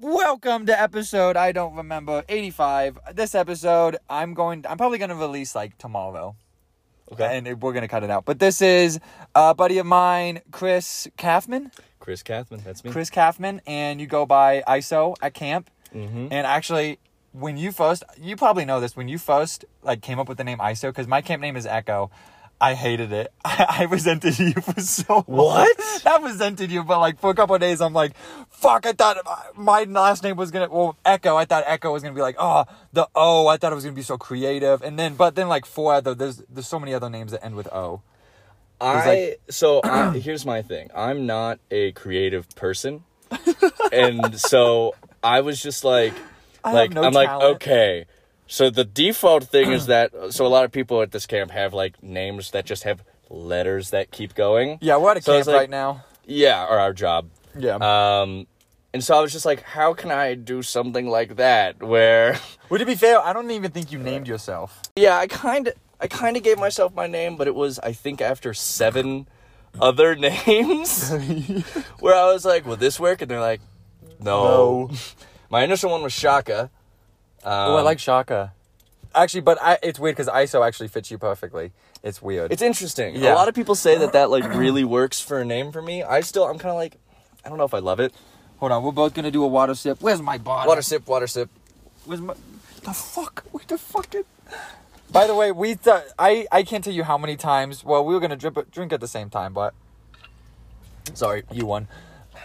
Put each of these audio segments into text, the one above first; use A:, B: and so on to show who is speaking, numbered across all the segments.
A: Welcome to episode I don't remember 85. This episode I'm going I'm probably going to release like tomorrow.
B: Okay.
A: And we're going to cut it out. But this is a buddy of mine, Chris Kaufman.
B: Chris Kathman, that's me.
A: Chris Kaufman and you go by ISO at camp. And actually, when you first, you probably know this, when you first like came up with the name ISO, because my camp name is Echo. I hated it. I, resented you for so long.
B: What?
A: I resented you, but like for a couple of days, I'm like, fuck. I thought my my last name was gonna well Echo. I thought Echo was gonna be like, oh, the O. I thought it was gonna be so creative, and then but then like four other there's there's so many other names that end with O.
B: I
A: like-
B: so I, here's my thing. I'm not a creative person, and so I was just like,
A: have
B: like
A: no
B: I'm
A: talent.
B: like okay. So the default thing is that so a lot of people at this camp have like names that just have letters that keep going.
A: Yeah, we're at a
B: So
A: camp
B: it's like-
A: right now.
B: Yeah, or our job.
A: Yeah.
B: Um, and so I was just like, how can I do something like that where?
A: Would it be fair? I don't even think you named yourself.
B: Yeah, I kind of I kind of gave myself my name, but it was I think after seven other names where I was like, "Will this work?" And they're like, "No." My initial one was Shaka. Um,
A: Oh, I like Shaka. Actually, but I, it's weird because ISO actually fits you perfectly. It's weird.
B: It's interesting.
A: Yeah.
B: A lot of people say that that like really works for a name for me. I still I'm kind of like I don't know if I love it.
A: Hold on, we're both gonna do a water sip. Where's my bottle?
B: Water sip, water sip.
A: Where's my the fuck? What the fucking? By the way, we th- I I can't tell you how many times. Well, we were gonna drip, drink at the same time, but sorry, you won.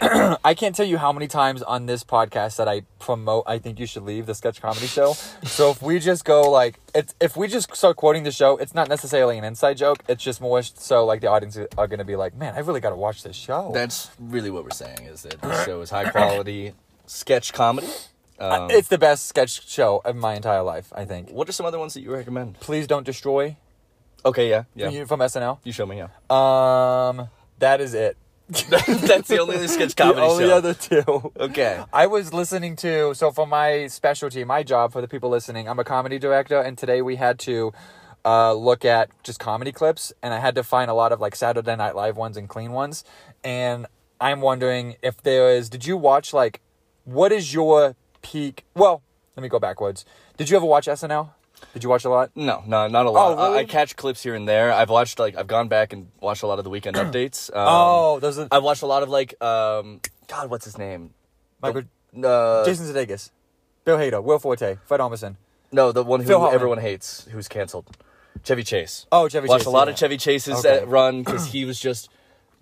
A: I can't tell you how many times on this podcast that I promote. I think you should leave the sketch comedy show. so if we just go like, it's, if we just start quoting the show, it's not necessarily an inside joke. It's just more so like the audience are gonna be like, man, I really gotta watch this show.
B: That's really what we're saying is that this show is high quality sketch comedy. Um,
A: it's the best sketch show of my entire life. I think.
B: what are some other ones that you recommend?
A: Please don't destroy.
B: Okay, yeah, yeah.
A: You from SNL.
B: You show me, yeah.
A: Um, that is it.
B: That's the only other sketch comedy
A: the only
B: show.
A: other two.
B: okay.
A: I was listening to so for my specialty, my job for the people listening. I'm a comedy director, and today we had to uh, look at just comedy clips, and I had to find a lot of like Saturday Night Live ones and clean ones. And I'm wondering if there is. Did you watch like what is your peak? Well, let me go backwards. Did you ever watch SNL? Did you watch a lot?
B: No, no, not a lot.
A: Oh, really?
B: I, I catch clips here and there. I've watched like I've gone back and watched a lot of the weekend updates. Um,
A: Oh, those are
B: I've watched a lot of like um, God, what's his name?
A: Michael,
B: Uh,
A: Jason Sudeikis, Bill Hader, Will Forte, Fred Armisen.
B: no, the one who
A: Phil Hartman.
B: everyone hates, who's canceled, Chevy Chase.
A: Oh, Chevy
B: watched
A: Chase,
B: a lot
A: yeah.
B: of Chevy Chase's
A: Okay.
B: uh run because he was just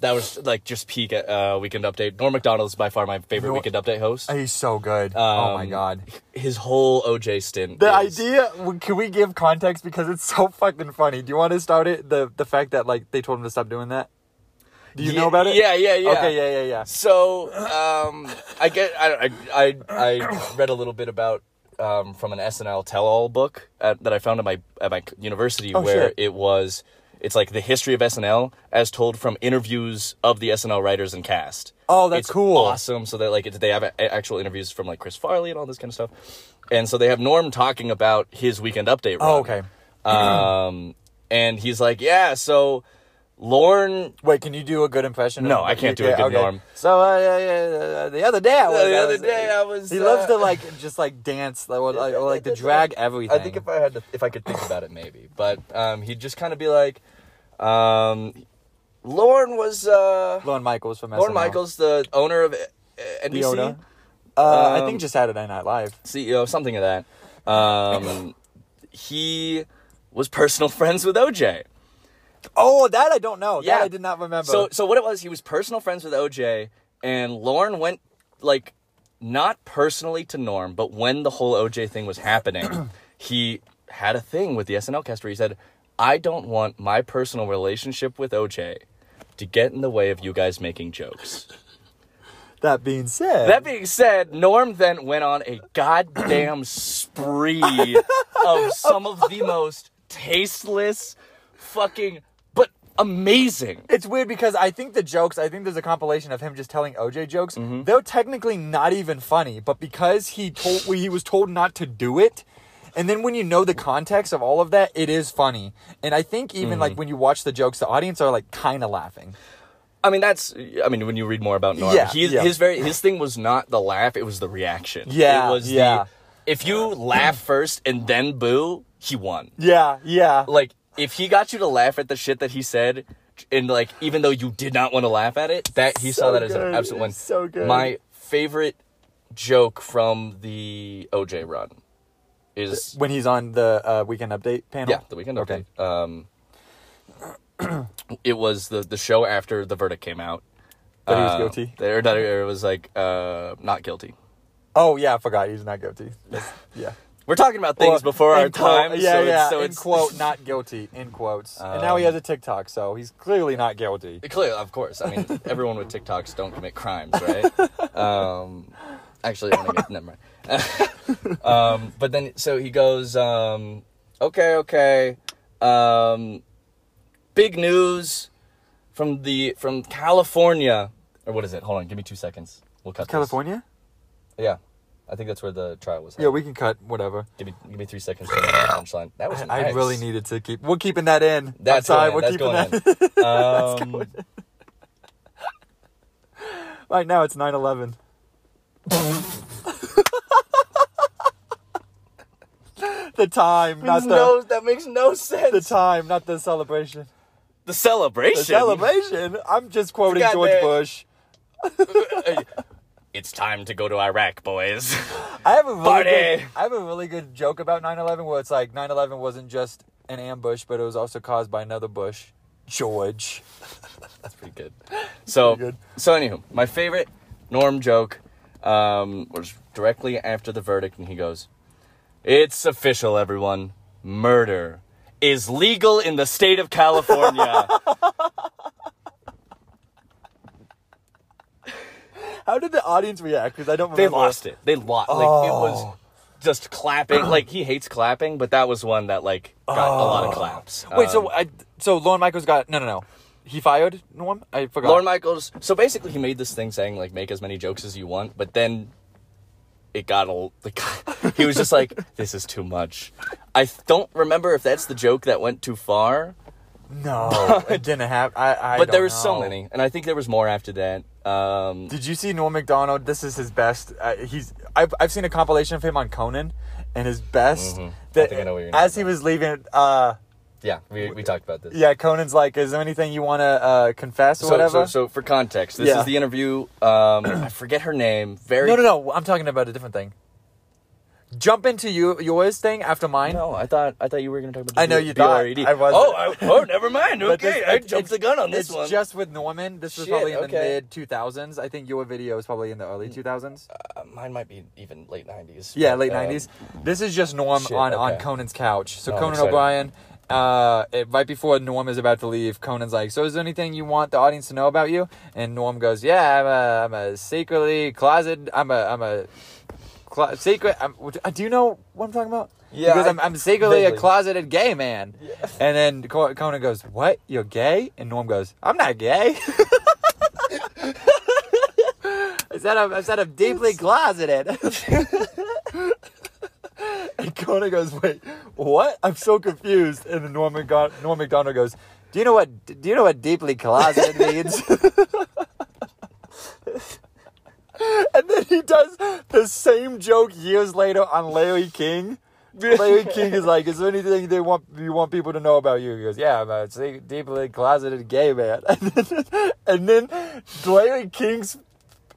B: that was like just peak at uh, weekend update. Norm Macdonald's by far my favorite
A: Nor-
B: weekend update host.
A: He's so good. oh my
B: Um,
A: god.
B: His whole OJ stint.
A: The
B: is-
A: idea w- can we give context because it's so fucking funny. Do you want to start it the the fact that like they told him to stop doing that? Do you
B: Ye-
A: know about it?
B: Yeah, yeah, yeah.
A: Okay, yeah, yeah, yeah.
B: So um, I get I, I I I read a little bit about um, from an SNL tell-all book at, that I found at my at my university
A: Oh,
B: where
A: shit.
B: it was it's like the history of SNL as told from interviews of the SNL writers and cast.
A: Oh, that's
B: It's
A: cool.
B: Awesome. So that like it's, they have a- actual interviews from like Chris Farley and all this kind of stuff, and so they have Norm talking about his Weekend Update. Run.
A: Oh, okay.
B: Um, and he's like, yeah, so. Lorne
A: Wait, can you do a good impression? of-
B: No, I can't do a
A: Yeah,
B: good
A: okay.
B: Norm.
A: So uh, yeah, yeah, uh, the other day, I was,
B: the
A: I
B: other
A: was-
B: day I was,
A: He loves
B: uh,
A: to like just like dance like, or, like, or, like, to drag everything.
B: I think if I had to, if I could think about it, maybe. But um, he'd just kind of be like, um, Lauren was uh,
A: Lauren Michaels from
B: Lauren
A: SNL.
B: Michaels, the owner of uh, NBC,
A: Leona. Uh, I
B: Um,
A: think just Saturday Night Live.
B: CEO, E something of that. Um, he was personal friends with OJ.
A: Oh, that I don't know.
B: Yeah.
A: That I did not remember.
B: So, so what it was, he was personal friends with OJ, and Lauren went like not personally to Norm, but when the whole OJ thing was happening, he had a thing with the SNL cast where he said, "I don't want my personal relationship with OJ to get in the way of you guys making jokes."
A: that being said,
B: That being said, Norm then went on a goddamn spree of some of the most tasteless, fucking, but amazing
A: It's weird because I think the jokes, I think there's a compilation of him just telling OJ jokes.
B: Mm-hmm.
A: They're technically not even funny, but because he told well, he was told not to do it, and then when you know the context of all of that,
B: Mm-hmm.
A: it is funny. And I think even like when you watch the jokes, the audience are like kind of laughing.
B: I mean, that's. I mean, when you read more about Norm,
A: Yeah,
B: he,
A: yeah.
B: his very his thing was not the laugh; it was the reaction.
A: Yeah,
B: it was
A: yeah.
B: The, if you laugh first and then boo, he won.
A: Yeah, yeah.
B: Like if he got you to laugh at the shit that he said, and like even though you did not want to laugh at it, that he saw
A: So
B: that as
A: good.
B: an absolute win.
A: So good.
B: My favorite joke from the OJ run is
A: when he's on the uh, weekend update panel.
B: yeah, Oh, the weekend update. Um, it was the the show after the verdict came out.
A: That he was
B: Uh,
A: guilty?
B: that- or that it was like uh, not guilty.
A: Oh yeah, I forgot he's not guilty. That's- yeah.
B: We're talking about things
A: Well,
B: before our
A: in quote-
B: time.
A: Yeah,
B: so
A: yeah.
B: It's, so
A: in
B: it's Um,
A: quote, not guilty. In quotes. and now he has a TikTok, so he's clearly not guilty.
B: Clearly, of course. I mean, everyone with TikToks don't commit crimes, right? um, actually, I'm gonna get, never mind. um, but then, so he goes, um, okay, okay. Um, big news from the from California, or what is it? Hold on, give me two seconds. We'll cut. this.
A: California?
B: Yeah, I think that's where the trial was.
A: Yeah, we can cut whatever.
B: give me give me three seconds. To get that punchline. That was.
A: I
B: nice.
A: really needed to keep. We're keeping that in.
B: That's
A: I'm sorry,
B: going in.
A: we're
B: That's
A: keeping
B: going
A: that.
B: in. Um,
A: right now it's 9/11. the time, not the
B: no, that makes no sense.
A: the time, not the celebration.
B: The celebration.
A: The celebration. I'm just quoting
B: Forgot
A: George
B: that.
A: Bush.
B: It's time to go to Iraq, boys.
A: I have a really
B: Party.
A: good, I have a really good joke about 9/11 where it's like 9/11 wasn't just an ambush, but it was also caused by another Bush, George.
B: That's pretty good. So,
A: pretty good.
B: so anywho, my favorite Norm joke um, was directly after the verdict, and he goes, "It's official, everyone. Murder is legal in the state of California."
A: How did the audience react? Because I don't.
B: they
A: Remember. Oh.
B: lost it. They lost. Like it was just clapping. like he hates clapping, but that was one that like got a lot of claps.
A: Oh. Wait,
B: Um,
A: so I so Lorne Michaels got no no no, he fired Norm. I forgot.
B: Lorne Michaels. So basically, he made this thing saying like make as many jokes as you want, but then it got old. Like, he was just like, "This is too much." I th- don't remember if that's the joke that went too far,
A: no, it didn't happen. I, I
B: but there
A: don't
B: was so
A: know.
B: many, and I think there was more after that. Um,
A: Did you see Norm Macdonald? This is his best. Uh, he's I've, I've seen a compilation of him on Conan, and his best. That,
B: think Mm-hmm. I know what you're
A: as
B: talking
A: he was leaving, uh,
B: yeah, we, we talked about this.
A: yeah, Conan's like, "Is there anything you want to uh, confess or
B: So,
A: whatever?"
B: so, so for context, this
A: Yeah.
B: is the interview. Um, I forget her name. Very
A: no, no, no. I'm talking about a different thing. Jump into you yours thing after mine.
B: No, I thought I thought you were going to talk about.
A: I know
B: B-
A: you thought.
B: BRED.
A: I wasn't.
B: Oh, I, oh, never mind.
A: But
B: Okay,
A: this-
B: I
A: it-
B: jumped
A: it's-
B: the gun on this
A: it's
B: one.
A: just with Norman. This was
B: Shit,
A: probably in the
B: okay.
A: mid 2000s. I think your video is probably in the early 2000s.
B: Uh, mine might be even late nineties. Um,
A: Yeah, late 90s. This is just Norm
B: shit,
A: on, on
B: okay.
A: Conan's couch. So
B: No, I'm
A: Conan
B: excited.
A: O'Brien, uh, it, right before Norm is about to leave, Conan's like, "So is there anything you want the audience to know about you?" And Norm goes, "Yeah, I'm a, I'm a secretly closet. I'm a I'm a clo- secret. I'm, uh, do you know what I'm talking about?"
B: Yeah,
A: because
B: I-
A: I'm, I'm secretly a
B: vaguely.
A: closeted gay man. And then Co- Conan goes, "What? You're gay?" And Norm goes, "I'm not gay." I said I'm, I said I'm deeply closeted. and Conan goes, wait, what? I'm so confused. And then Norm, McDon- Norm McDonald goes, do you know what? Do you know what deeply closeted means? and then he does the same joke years later on Larry King. Larry King is like, is there anything they want you want people to know about you? He goes, yeah, I'm a se- deeply closeted gay man. And then, and then Larry King's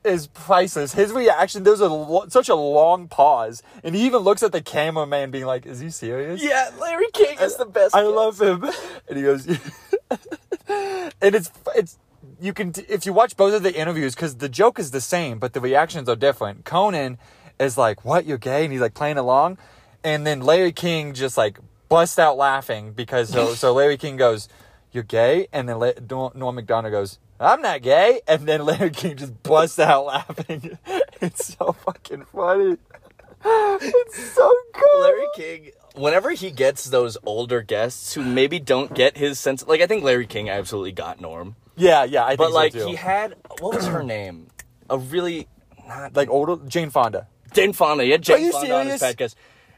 A: is priceless. His reaction, there's a lo- such a long pause, and he even looks at the cameraman, being like, "Is he serious?"
B: Yeah, Larry King is the best.
A: I love him, and he goes, and it's it's you can t- if you watch both of the interviews because the joke is the same, but the reactions are different. Conan is like, "What? You're gay?" and he's like playing along, and then Larry King just like busts out laughing because so so Larry King goes, "You're gay," and then La- Nor- Norm Macdonald goes. I'm not gay, and then Larry King just busts out laughing. It's so fucking funny. It's so good.
B: Larry King. Whenever he gets those older guests who maybe don't get his sense, like I think Larry King absolutely got Norm,
A: Yeah, yeah, I think
B: but like
A: so too.
B: he had what was her name? A really not
A: like older Jane Fonda.
B: Jane Fonda. He had
A: Are you
B: Jane Fonda on his
A: serious?
B: podcast,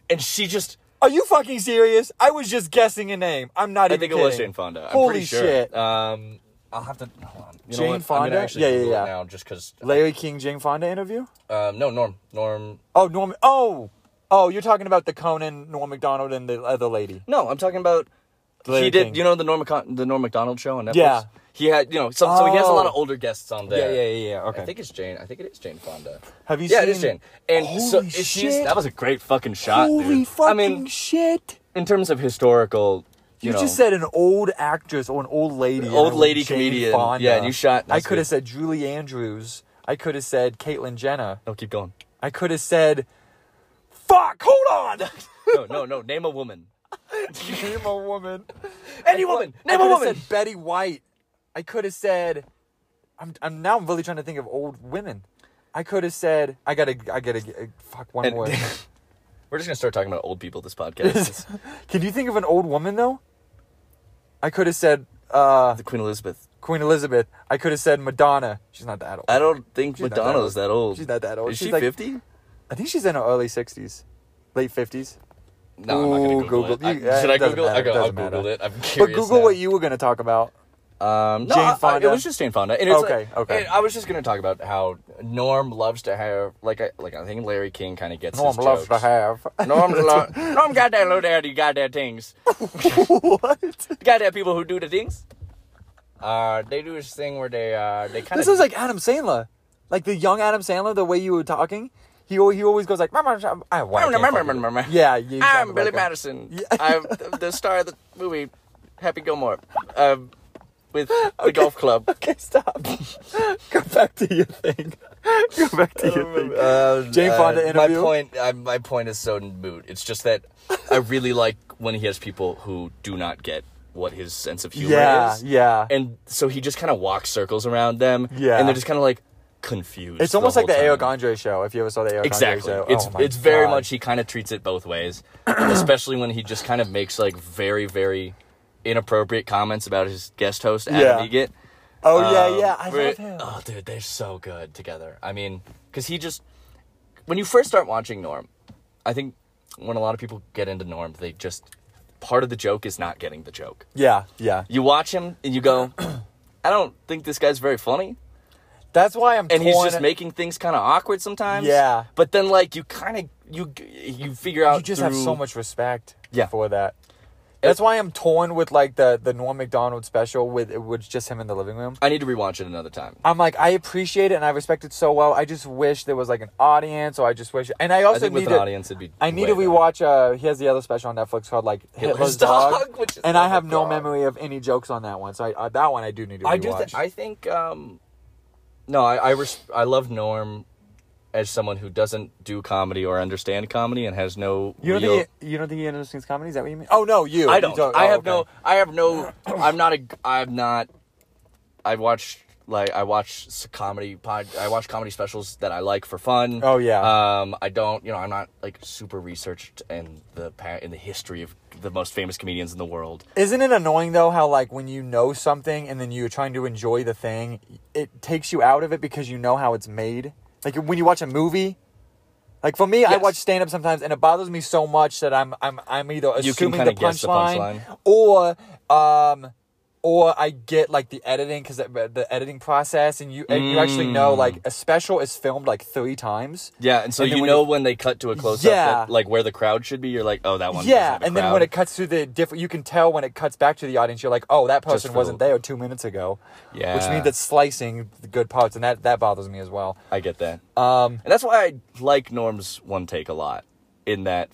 B: and she just.
A: Are you fucking serious? I was just guessing a name. I'm not
B: I
A: even
B: think it
A: kidding.
B: was Jane Fonda. I'm
A: Holy
B: pretty sure.
A: shit!
B: Um, I'll have to. Hold on. You
A: Jane
B: know what? I'm
A: Fonda?
B: gonna actually
A: Yeah, yeah,
B: Google it
A: yeah.
B: now just because.
A: Larry King Jane Fonda interview?
B: Um, no, Norm. Norm.
A: Oh, Norm. Oh, oh, you're talking about the Conan, Norm Macdonald, and the other lady.
B: No, I'm talking about.
A: Larry
B: he did.
A: King.
B: You know the Norm Mac- the Norm Macdonald show on Netflix.
A: Yeah.
B: He had you know some, so he has a lot of
A: Oh.
B: older guests on there.
A: yeah.
B: I think it's Jane. I think it is Jane Fonda.
A: Have you
B: yeah,
A: seen-
B: it is Jane. And so
A: Holy
B: she's
A: shit.
B: that was a great fucking shot.
A: Holy
B: dude.
A: fucking
B: I mean,
A: shit!
B: in terms of historical, you,
A: You,
B: know,
A: just said an old actress or an old lady,
B: An old
A: and a
B: lady
A: Jane
B: comedian.
A: Fonda.
B: Yeah, and you shot-
A: I
B: that's
A: could
B: good.
A: have said Julie Andrews. I could have said Caitlyn Jenner.
B: No, keep going.
A: I could have said, "Fuck, hold on."
B: No, no, no. Name a woman.
A: Name a woman.
B: Any woman.
A: I
B: Name a
A: coulda
B: woman.
A: Said Betty White. I could have said. I'm, I'm now. I'm really trying to think of old women. I could have said. I gotta. I gotta. get- uh, Fuck one
B: And-
A: word.
B: We're just gonna start talking about old people this podcast. It's
A: Can you think of an old woman though? I could have said uh,
B: the Queen Elizabeth.
A: Queen Elizabeth. I could have said Madonna. She's not that old.
B: I don't think
A: She's not that
B: Madonna is that old.
A: She's not that old.
B: Is
A: She's
B: she
A: like-
B: fifty?
A: I think she's in her early sixties, late fifties.
B: No, I'm not gonna
A: Ooh,
B: Google,
A: Google.
B: it.
A: You-
B: I,
A: uh,
B: should
A: it
B: I
A: doesn't
B: Google?
A: matter.
B: I
A: It
B: go, I'll
A: doesn't
B: Google
A: matter.
B: it. I'm
A: But
B: curious.
A: Google
B: now.
A: what you were gonna talk about.
B: Um, no,
A: Jane
B: I- I-
A: Fonda.
B: it was just Jane Fonda. And it's like-
A: Okay, okay.
B: and I was just gonna talk about how Norm loves to have like I, like I think Larry King kind of gets
A: Norm
B: his
A: loves to
B: jokes.
A: have.
B: Norm, lo- Norm got that little daddy goddamn things.
A: what?
B: Goddamn people who do the things. Uh, they do this thing where they uh they kind of
A: This is like Adam Sandler, like the young Adam Sandler. The way you were talking, he al- he always goes like, "Mama, I'm- I
B: I
A: want
B: don't remember, remember, remember.
A: Yeah, you sound
B: I'm
A: like
B: Billy
A: him.
B: Madison.
A: Yeah.
B: I'm the, the star of the movie Happy Gilmore, um, with the golf club.
A: Okay, stop. Go back to your thing. Go back to your thing.
B: Uh,
A: Jane Fonda interview?
B: My point, I, my point is so moot. It's just that I really like when he has people who do not get what his sense of humor
A: Yeah,
B: is.
A: yeah.
B: And so he just kind of walks circles around them.
A: Yeah.
B: And they're just kind of like confused.
A: It's almost like the
B: whole
A: Eric
B: time.
A: Andre show. If you ever saw the Eric
B: Exactly.
A: Andre show,
B: It's
A: Oh my
B: it's very
A: God.
B: much he kind of treats it both ways, especially when he just kind of makes like very very inappropriate comments about his guest host Adam
A: Yeah.
B: Egget.
A: Oh
B: Um,
A: yeah, yeah. I
B: where-
A: love him.
B: Oh, dude, they're so good together. I mean, because he just when you first start watching Norm, I think when a lot of people get into Norm, they just part of the joke is not getting the joke.
A: Yeah, yeah.
B: You watch him and you go, I don't think this guy's very funny
A: That's why I'm.
B: and he's
A: torn-
B: just making things kind of awkward sometimes.
A: Yeah.
B: But then like you kind of you you figure out
A: You just have
B: through-
A: so much respect.
B: Yeah.
A: For that. That's why I'm torn with like the the Norm Macdonald special with with just him in the living room.
B: I need to rewatch it another time.
A: I'm like I appreciate it and I respect it so well. I just wish there was like an audience, or I just wish. And I
B: I
A: also
B: think
A: need
B: with an
A: to,
B: audience it'd be.
A: I need
B: way
A: to
B: better.
A: rewatch. Uh, he has the other special on Netflix called like Hitler's, Dog,
B: which is
A: and I
B: oh
A: have
B: my
A: no
B: God.
A: memory of any jokes on that one. So I, uh, that one I do need to rewatch.
B: I do. Th- I think. um No, I I, res- I love Norm as someone who doesn't do comedy or understand comedy and has no.
A: you don't
B: real-
A: think he, you don't think he understands comedy? Is that what you mean? Oh no, you.
B: I
A: You
B: don't.
A: talk-
B: I
A: oh,
B: have
A: okay.
B: no. I have no. I'm not a. I'm not. I watch like I watch s- comedy pod. I watch comedy specials that I like for fun.
A: Oh, yeah.
B: Um, I don't. You know, I'm not like super researched in the pa- in the history of the most famous comedians in the world.
A: Isn't it annoying though how like when you know something and then you're trying to enjoy the thing, it takes you out of it because you know how it's made. Like when you watch a movie, like for me, I
B: Yes.
A: watch stand up sometimes and it bothers me so much that I'm I'm I'm either
B: You
A: assuming
B: can
A: the
B: kinda guess the
A: punchline or um or I get like the editing because the editing process and you and you actually
B: Mm.
A: know like a special is filmed like three times.
B: Yeah, and so
A: And then
B: you
A: when
B: know
A: it-
B: when they cut to a close
A: Yeah.
B: up, like where the crowd should be. You're like, oh, that one.
A: Yeah,
B: doesn't have a
A: and then when
B: crowd.
A: it cuts through the different, you can tell when it cuts back to the audience. You're like, oh, that person
B: for-
A: wasn't there two minutes ago. which
B: Yeah.
A: means it's slicing the good parts, and that that bothers me as well.
B: I get that.
A: Um,
B: And that's why I like Norm's one take a lot, in that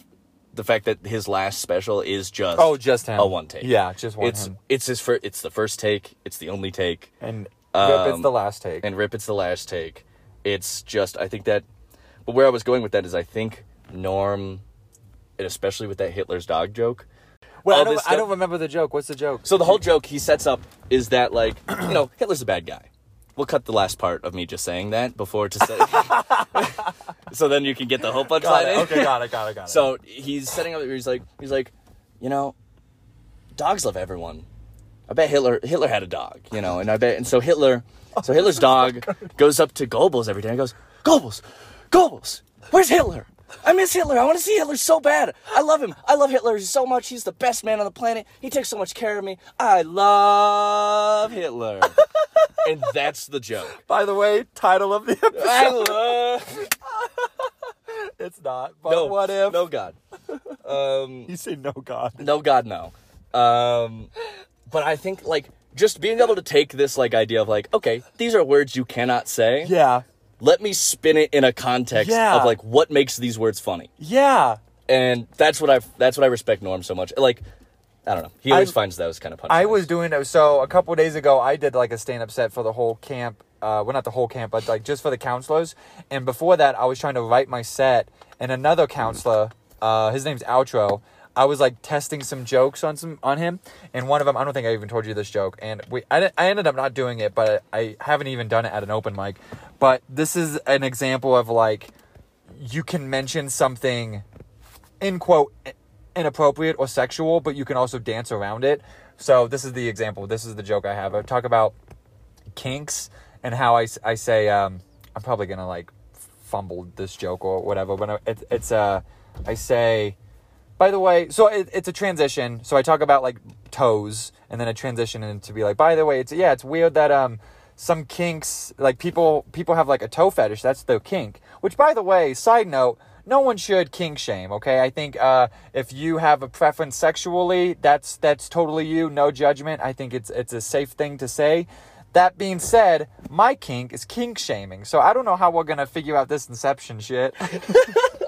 B: the fact that his last special is just
A: Oh, just him.
B: a one take.
A: Yeah, just one
B: It's
A: him.
B: it's his first. It's the first take. It's the only take.
A: and Rip,
B: Um,
A: it's the last take.
B: And rip, it's the last take. It's just I think that. But where I was going with that is I think Norm, and especially with that Hitler's dog joke.
A: well,
B: all
A: I don't,
B: this
A: I
B: stuff-
A: don't remember the joke. What's the joke?
B: So the whole joke he sets up is that like you know Hitler's a bad guy. We'll cut the last part of me just saying that before to say. so then you can get the whole punchline.
A: got
B: in.
A: it. Okay, got it, got it, got it.
B: So he's setting up. He's like, he's like, you know, dogs love everyone. I bet Hitler Hitler had a dog, you know, and I bet and so Hitler, so Hitler's dog goes up to Goebbels every day and goes, Goebbels, Goebbels, where's Hitler? I miss Hitler. I want to see Hitler so bad. I love him. I love Hitler so much. He's the best man on the planet. He takes so much care of me. I love Hitler. and that's the joke.
A: By the way, title of the episode.
B: I love.
A: It's not. But
B: No,
A: what if
B: No God. Um,
A: you say no God?
B: no God, no. Um, but I think, like, just being able to take this, like, idea of, like, okay, these are words you cannot say.
A: Yeah.
B: Let me spin it in a context
A: Yeah.
B: of, like, what makes these words funny.
A: Yeah.
B: and that's what I that's what I respect Norm so much. Like, I don't know. He always
A: I-
B: finds those kind of punchlines.
A: I was doing so a couple days ago. I did like a stand up set for the whole camp. Uh, well, not the whole camp, but like just for the counselors. And before that, I was trying to write my set, and another counselor, uh, his name's Outro. I was like testing some jokes on some on him, and one of them I don't think I even told you this joke, and we I, didn't- I ended up not doing it, but I haven't even done it at an open mic. But this is an example of like you can mention something in quote inappropriate or sexual, but you can also dance around it. So this is the example. This is the joke I have. I talk about kinks and how I, s- I say um, I'm probably gonna like fumble this joke or whatever. But I- it, it's uh, I say. By the way, so it, it's a transition. So I talk about like toes, and then a transition into be like. By the way, it's yeah, it's weird that um some kinks like people people have like a toe fetish. That's their kink. Which by the way, side note, no one should kink shame. Okay, I think uh if you have a preference sexually, that's that's totally you. No judgment. I think it's it's a safe thing to say. That being said, my kink is kink shaming. So I don't know how we're gonna figure out this inception shit.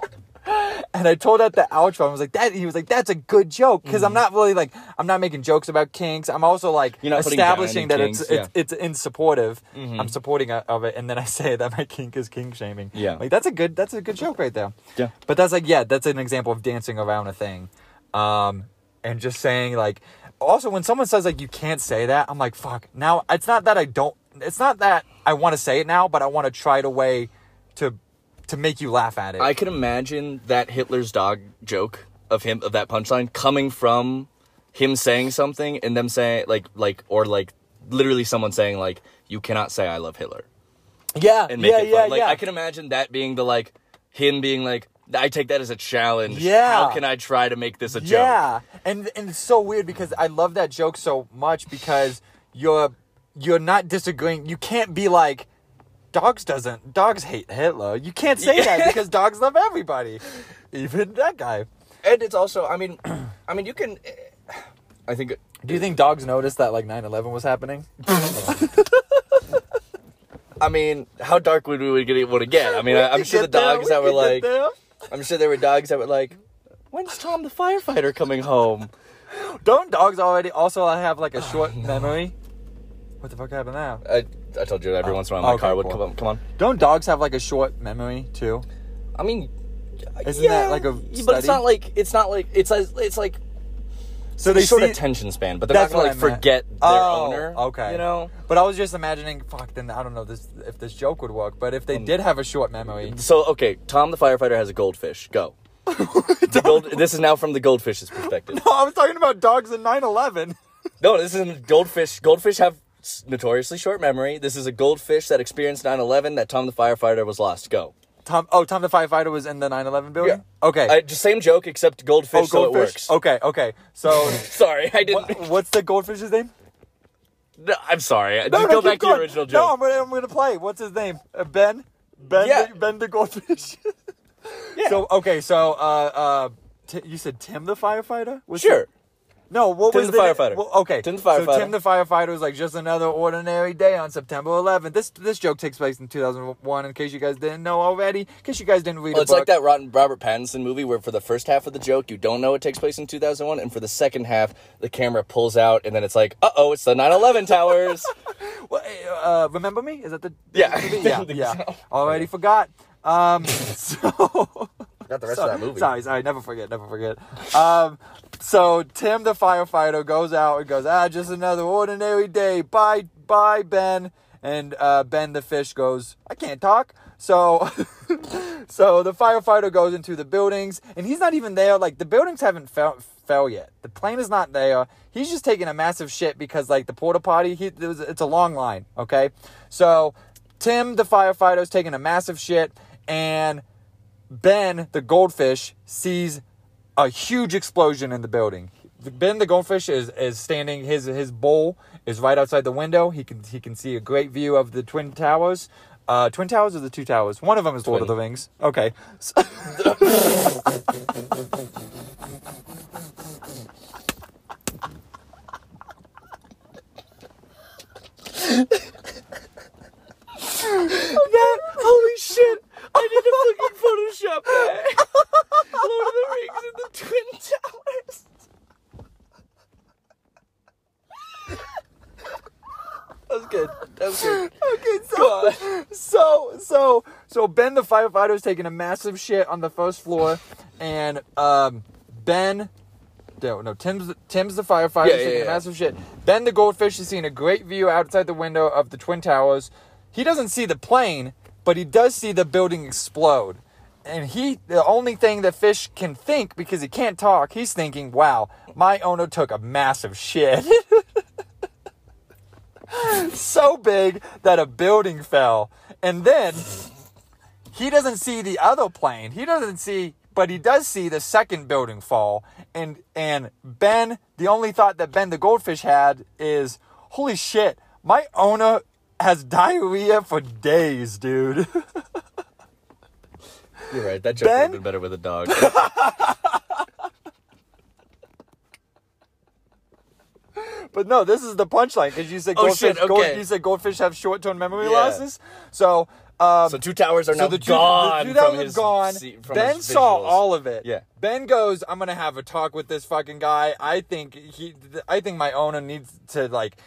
A: And I told that the outro. I was like, "That." He was like, "That's a good joke," because I'm not really like I'm not making jokes about kinks. I'm also like
B: Mm-hmm. You're not putting down
A: establishing
B: any
A: that
B: kinks, Mm-hmm.
A: it's it's, it's in supportive. I'm supporting o- of it, and then I say that my kink is kink shaming.
B: Yeah.
A: like that's a good that's a good joke right there.
B: Yeah.
A: but that's like yeah, that's an example of dancing around a thing, um, and just saying like. Also, when someone says like you can't say that, I'm like fuck. Now it's not that I don't. It's not that I want to say it now, but I want to try it a way to to make you laugh at it.
B: I can imagine that Hitler's dog joke of him of that punchline coming from him saying something and them saying like like or like literally someone saying like you cannot say I love Hitler
A: yeah,
B: and make
A: yeah,
B: it fun.
A: yeah,
B: like
A: yeah.
B: I can imagine that being the like him being like I take that as a challenge.
A: Yeah.
B: How can I try to make this a joke?
A: Yeah, and and it's so weird because I love that joke so much because you're you're not disagreeing. You can't be like dogs doesn't dogs hate Hitler. You can't say that because dogs love everybody, even that guy.
B: And it's also I mean I mean you can eh, I think
A: Do you think dogs noticed that like 9-11 was happening?
B: I mean, how dark would we get it would it get? I mean, I, I'm
A: We
B: sure the
A: could get there,
B: dogs that
A: we
B: were
A: could
B: like,
A: get
B: I'm sure there were dogs that were like, when's Tom the firefighter coming home?
A: there. don't dogs already also have like a short memory? What the fuck happened now?
B: I, I told you every once in a while my
A: okay,
B: car would
A: cool.
B: come on. Come on.
A: Don't dogs have like a short memory too?
B: I mean,
A: Isn't
B: yeah,
A: that like a
B: But it's
A: study?
B: not like it's not like it's as- it's like
A: So
B: they short
A: see-
B: attention span, but they're not gonna like
A: what I meant.
B: forget their
A: Oh,
B: owner.
A: Okay.
B: you know.
A: But I was just imagining, fuck. Then I don't know this if this joke would work. But if
B: Um,
A: they did have a short memory,
B: So okay, Tom the firefighter has a goldfish. Go. The gold, this is now from the goldfish's perspective.
A: I was talking about dogs in 9/11.
B: No, this isn't goldfish. Goldfish have s- notoriously short memory. This is a goldfish that experienced 9-11 that Tom the firefighter was lost. Go.
A: Tom, oh, Tom the firefighter was in the 9/11 building. Okay.
B: I, just same joke except goldfish,
A: oh,
B: so it works.
A: Okay, okay. So,
B: Sorry, I didn't.
A: wha- what's the goldfish's name?
B: No, I'm sorry. just go
A: keep
B: back to
A: going.
B: your original joke.
A: No, I'm gonna, I'm gonna play. What's his name? Uh, ben. Ben.
B: Yeah.
A: The, ben the goldfish.
B: Yeah.
A: So okay, so uh, uh, Ti- you said Tim the firefighter? Was
B: sure.
A: No, what
B: Tim
A: was
B: the firefighter.
A: Well, okay,
B: Tim the
A: So
B: firefighter.
A: Tim the firefighter was like just another ordinary day on September 11th. This this joke takes place in 2001. In case you guys didn't know already, in case you guys didn't read
B: Well,
A: the
B: it's like
A: book.
B: that rotten Robert Pattinson movie where for the first half of the joke you don't know it takes place in 2001, and for the second half the camera pulls out and then it's like, uh oh, it's the 9/11 towers.
A: Well, uh, remember me? Is that the
B: Yeah.
A: the movie? yeah,
B: I think
A: yeah.
B: so.
A: Already forgot. Um, so
B: Not the
A: sorry, Sorry, sorry, never forget, never forget. Um, so Tim the firefighter goes out and goes, ah, just another ordinary day. Bye, bye, Ben. And uh, Ben the fish goes, I can't talk. So, so the firefighter goes into the buildings, and he's not even there. Like the buildings haven't fell, fell yet. The plane is not there. He's just taking a massive shit because like the porta potty, he, there was, it's a long line. Okay, so Tim the firefighter is taking a massive shit, and Ben, the goldfish, sees a huge explosion in the building. Ben, the goldfish, is is standing. His his bowl is right outside the window. He can he can see a great view of the twin towers. Uh, twin towers or the two towers? One of them is Lord of the
B: Twin.
A: Rings. Okay. So-
B: Holy shit! I need to fucking Photoshop that. Lord of the Rings and the Twin Towers. That was good. That was good.
A: Okay, so, so so so Ben the firefighter is taking a massive shit on the first floor, and um, Ben, no, no, Tim's Tim's the firefighter
B: Yeah,
A: is
B: yeah,
A: taking a
B: yeah.
A: massive shit. Ben the goldfish is seeing a great view outside the window of the twin towers. He doesn't see the plane, but he does see the building explode. And he, the only thing that fish can think because he can't talk, he's thinking, "Wow, my owner took a massive shit." so big that a building fell. And then he doesn't see the other plane. He doesn't see, but he does see the second building fall. And and Ben, the only thought that Ben the goldfish had is, holy shit, my owner has diarrhea for days, dude.
B: You're right. That joke would
A: Ben?
B: have been better with a dog.
A: but no, this is the punchline because you said
B: Oh,
A: goldfish.
B: shit,
A: gold-
B: okay.
A: you said goldfish have short-term memory
B: Yeah.
A: losses. So. Um,
B: so two towers are now
A: the two,
B: gone.
A: the two
B: from
A: that was
B: his
A: gone.
B: se- from
A: ben
B: his
A: saw
B: visuals.
A: all of it.
B: Yeah.
A: Ben goes, I'm gonna have a talk with this fucking guy. I think he, I think my owner needs to like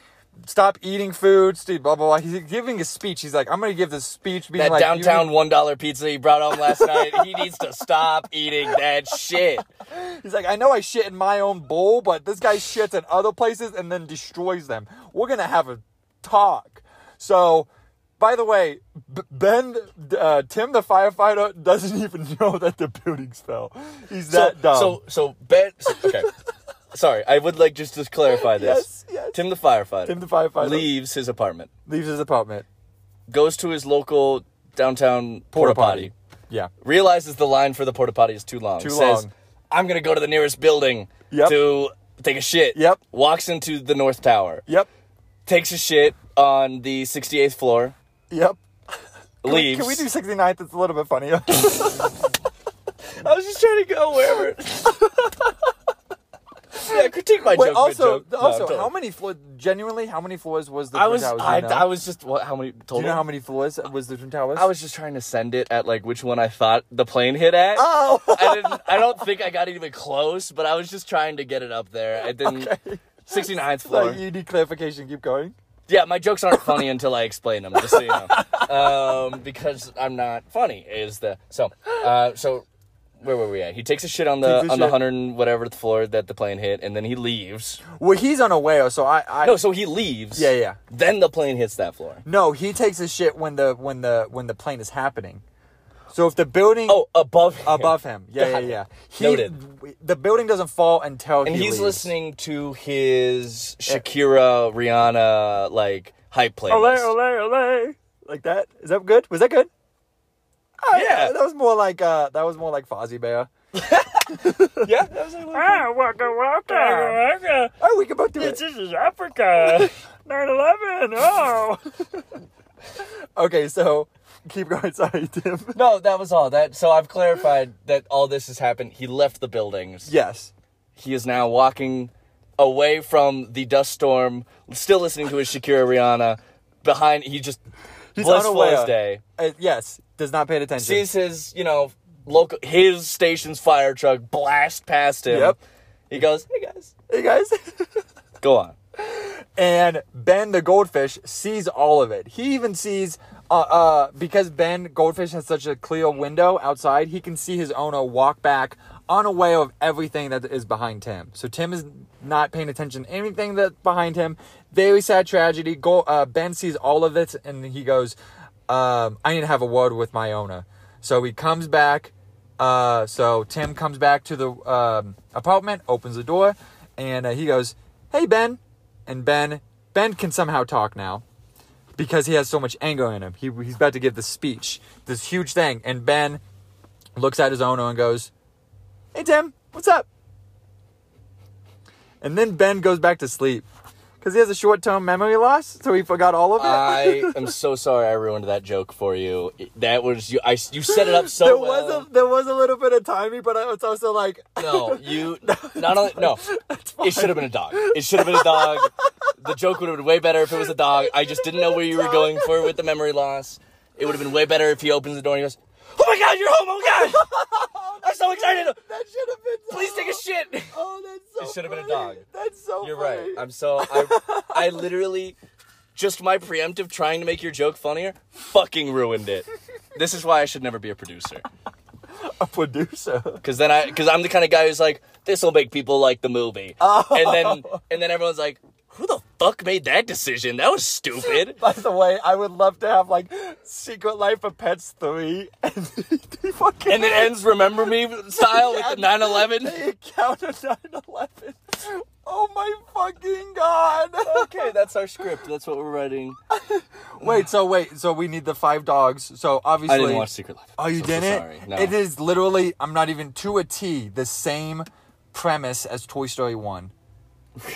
A: stop eating food. Steve, blah blah blah. He's giving a speech. He's like, I'm gonna give this speech. Being
B: That
A: like, you-
B: downtown one dollar pizza he brought home last night. He needs to stop eating that shit.
A: He's like, I know I shit in my own bowl, but this guy shits in other places and then destroys them. We're gonna have a talk. So, by the way, B- Ben, uh, Tim, the firefighter, doesn't even know that the buildings fell. He's that
B: so,
A: dumb.
B: So so Ben. so- okay. Sorry, I would like just to clarify this.
A: Yes, yes.
B: Tim the firefighter.
A: Tim the firefighter.
B: leaves his apartment,
A: leaves his apartment.
B: goes to his local downtown porta potty,
A: Yeah.
B: realizes the line for the porta potty is too long.
A: Too
B: says,
A: long.
B: "I'm gonna go to the nearest building
A: Yep.
B: to take a shit."
A: Yep.
B: Walks into the north tower.
A: Yep.
B: Takes a shit on the 68th floor.
A: Yep. Can we-
B: leaves.
A: Can we do 69th? It's a little bit funnier.
B: I was just trying to go wherever. yeah, critique my
A: Wait,
B: joke.
A: also,
B: mid-joke. No, I'm
A: also,
B: totally-
A: how many floors? Genuinely, how many floors was the
B: I
A: Twin
B: was,
A: Towers? Do
B: I,
A: you know?
B: I was just what? How many total?
A: Do you know how many floors was the Twin Towers?
B: I was just trying to send it at like which one I thought the plane hit at.
A: Oh.
B: I didn't. I don't think I got even close, but I was just trying to get it up there. I didn't. 69th floor.
A: Like, you need clarification. Keep going.
B: Yeah, my jokes aren't funny until I explain them. Just so you know, um, because I'm not funny. Is the so uh, so where were we at? He takes a shit on the
A: Takes a
B: on the
A: shit.
B: hundred and whatever the floor that the plane hit, and then he leaves.
A: Well, he's unaware, so I. I
B: No, so he leaves.
A: Yeah, yeah.
B: Then the plane hits that floor.
A: No, he takes his shit when the when the when the plane is happening. So if the building
B: Oh, above him.
A: above him, yeah, yeah,
B: Got it.
A: yeah. He,
B: Noted.
A: The building doesn't fall until
B: And
A: he
B: he's
A: leaves.
B: listening to his Shakira, Rihanna, like hype playlist.
A: Ole, ole, ole. Like that? Is that good? Was that good? Oh,
B: Yeah.
A: That was more like uh that was more like Fozzie Bear.
B: Yeah, that was like,
C: Ah, welcome, welcome. welcome.
A: Oh, we can both do it.
C: This is Africa. 9-11, oh.
A: Okay, so keep going. Sorry, Tim.
B: no, that was all. That so I've clarified that all this has happened. He left the buildings.
A: Yes.
B: He is now walking away from the dust storm, still listening to his Shakira, Rihanna. Behind, he just
A: He's
B: blissful
A: unaware.
B: as day.
A: Uh, yes. Does not pay attention.
B: sees his, you know, local his station's fire truck blast past him.
A: Yep.
B: He goes, "Hey guys,
A: Hey guys.
B: go on."
A: and Ben the goldfish sees all of it. He even sees uh, uh because Ben goldfish has such a clear window outside, he can see his owner walk back unaware of everything that is behind Tim. So Tim is not paying attention to anything that's behind him. Very sad tragedy. Go, uh, ben sees all of this and he goes, um, "I need to have a word with my owner." So he comes back. Uh, so Tim comes back to the um, apartment, opens the door, and uh, he goes, "Hey Ben," and Ben Ben can somehow talk now because he has so much anger in him. He, he's about to give this speech, this huge thing, and Ben looks at his owner and goes, Hey, Tim, what's up? And then Ben goes back to sleep because he has a short term memory loss, so he forgot all of it.
B: I am so sorry I ruined that joke for you. It- That was you. I you set it up so
A: there
B: well.
A: was a there was a little bit of timing, but I was also like,
B: No, you not only no. It should have been a dog. It should have been a dog. the joke would have been way better if it was a dog. I just didn't know where you were going for with the memory loss. It would have been way better if he opens the door and he goes, "Oh my god, you're home! Oh my god, I'm so excited!
A: that should have been.
B: Please take a shit!"
A: Oh, that's so.
B: It should have been a
A: funny.
B: dog.
A: That's so.
B: You're right.
A: funny.
B: I'm so I, I literally just my preemptive trying to make your joke funnier fucking ruined it. This is why I should never be a producer.
A: a producer.
B: Cause then I, cause I'm the kind of guy who's like, this will make people like the movie, and then and then everyone's like, who the fuck made that decision? That was stupid.
A: By the way, I would love to have like Secret Life of Pets three and they fucking
B: And it ends remember me style with the 9/11.
A: they encounter 9-11. Oh my fucking god!
B: Okay, that's our script. That's what we're writing.
A: Wait, so wait, so we need the five dogs. So obviously,
B: I didn't watch Secret Life.
A: Oh, you
B: I'm so
A: didn't?
B: sorry. No.
A: It is literally, I'm not even to a T, the same premise as Toy Story 1.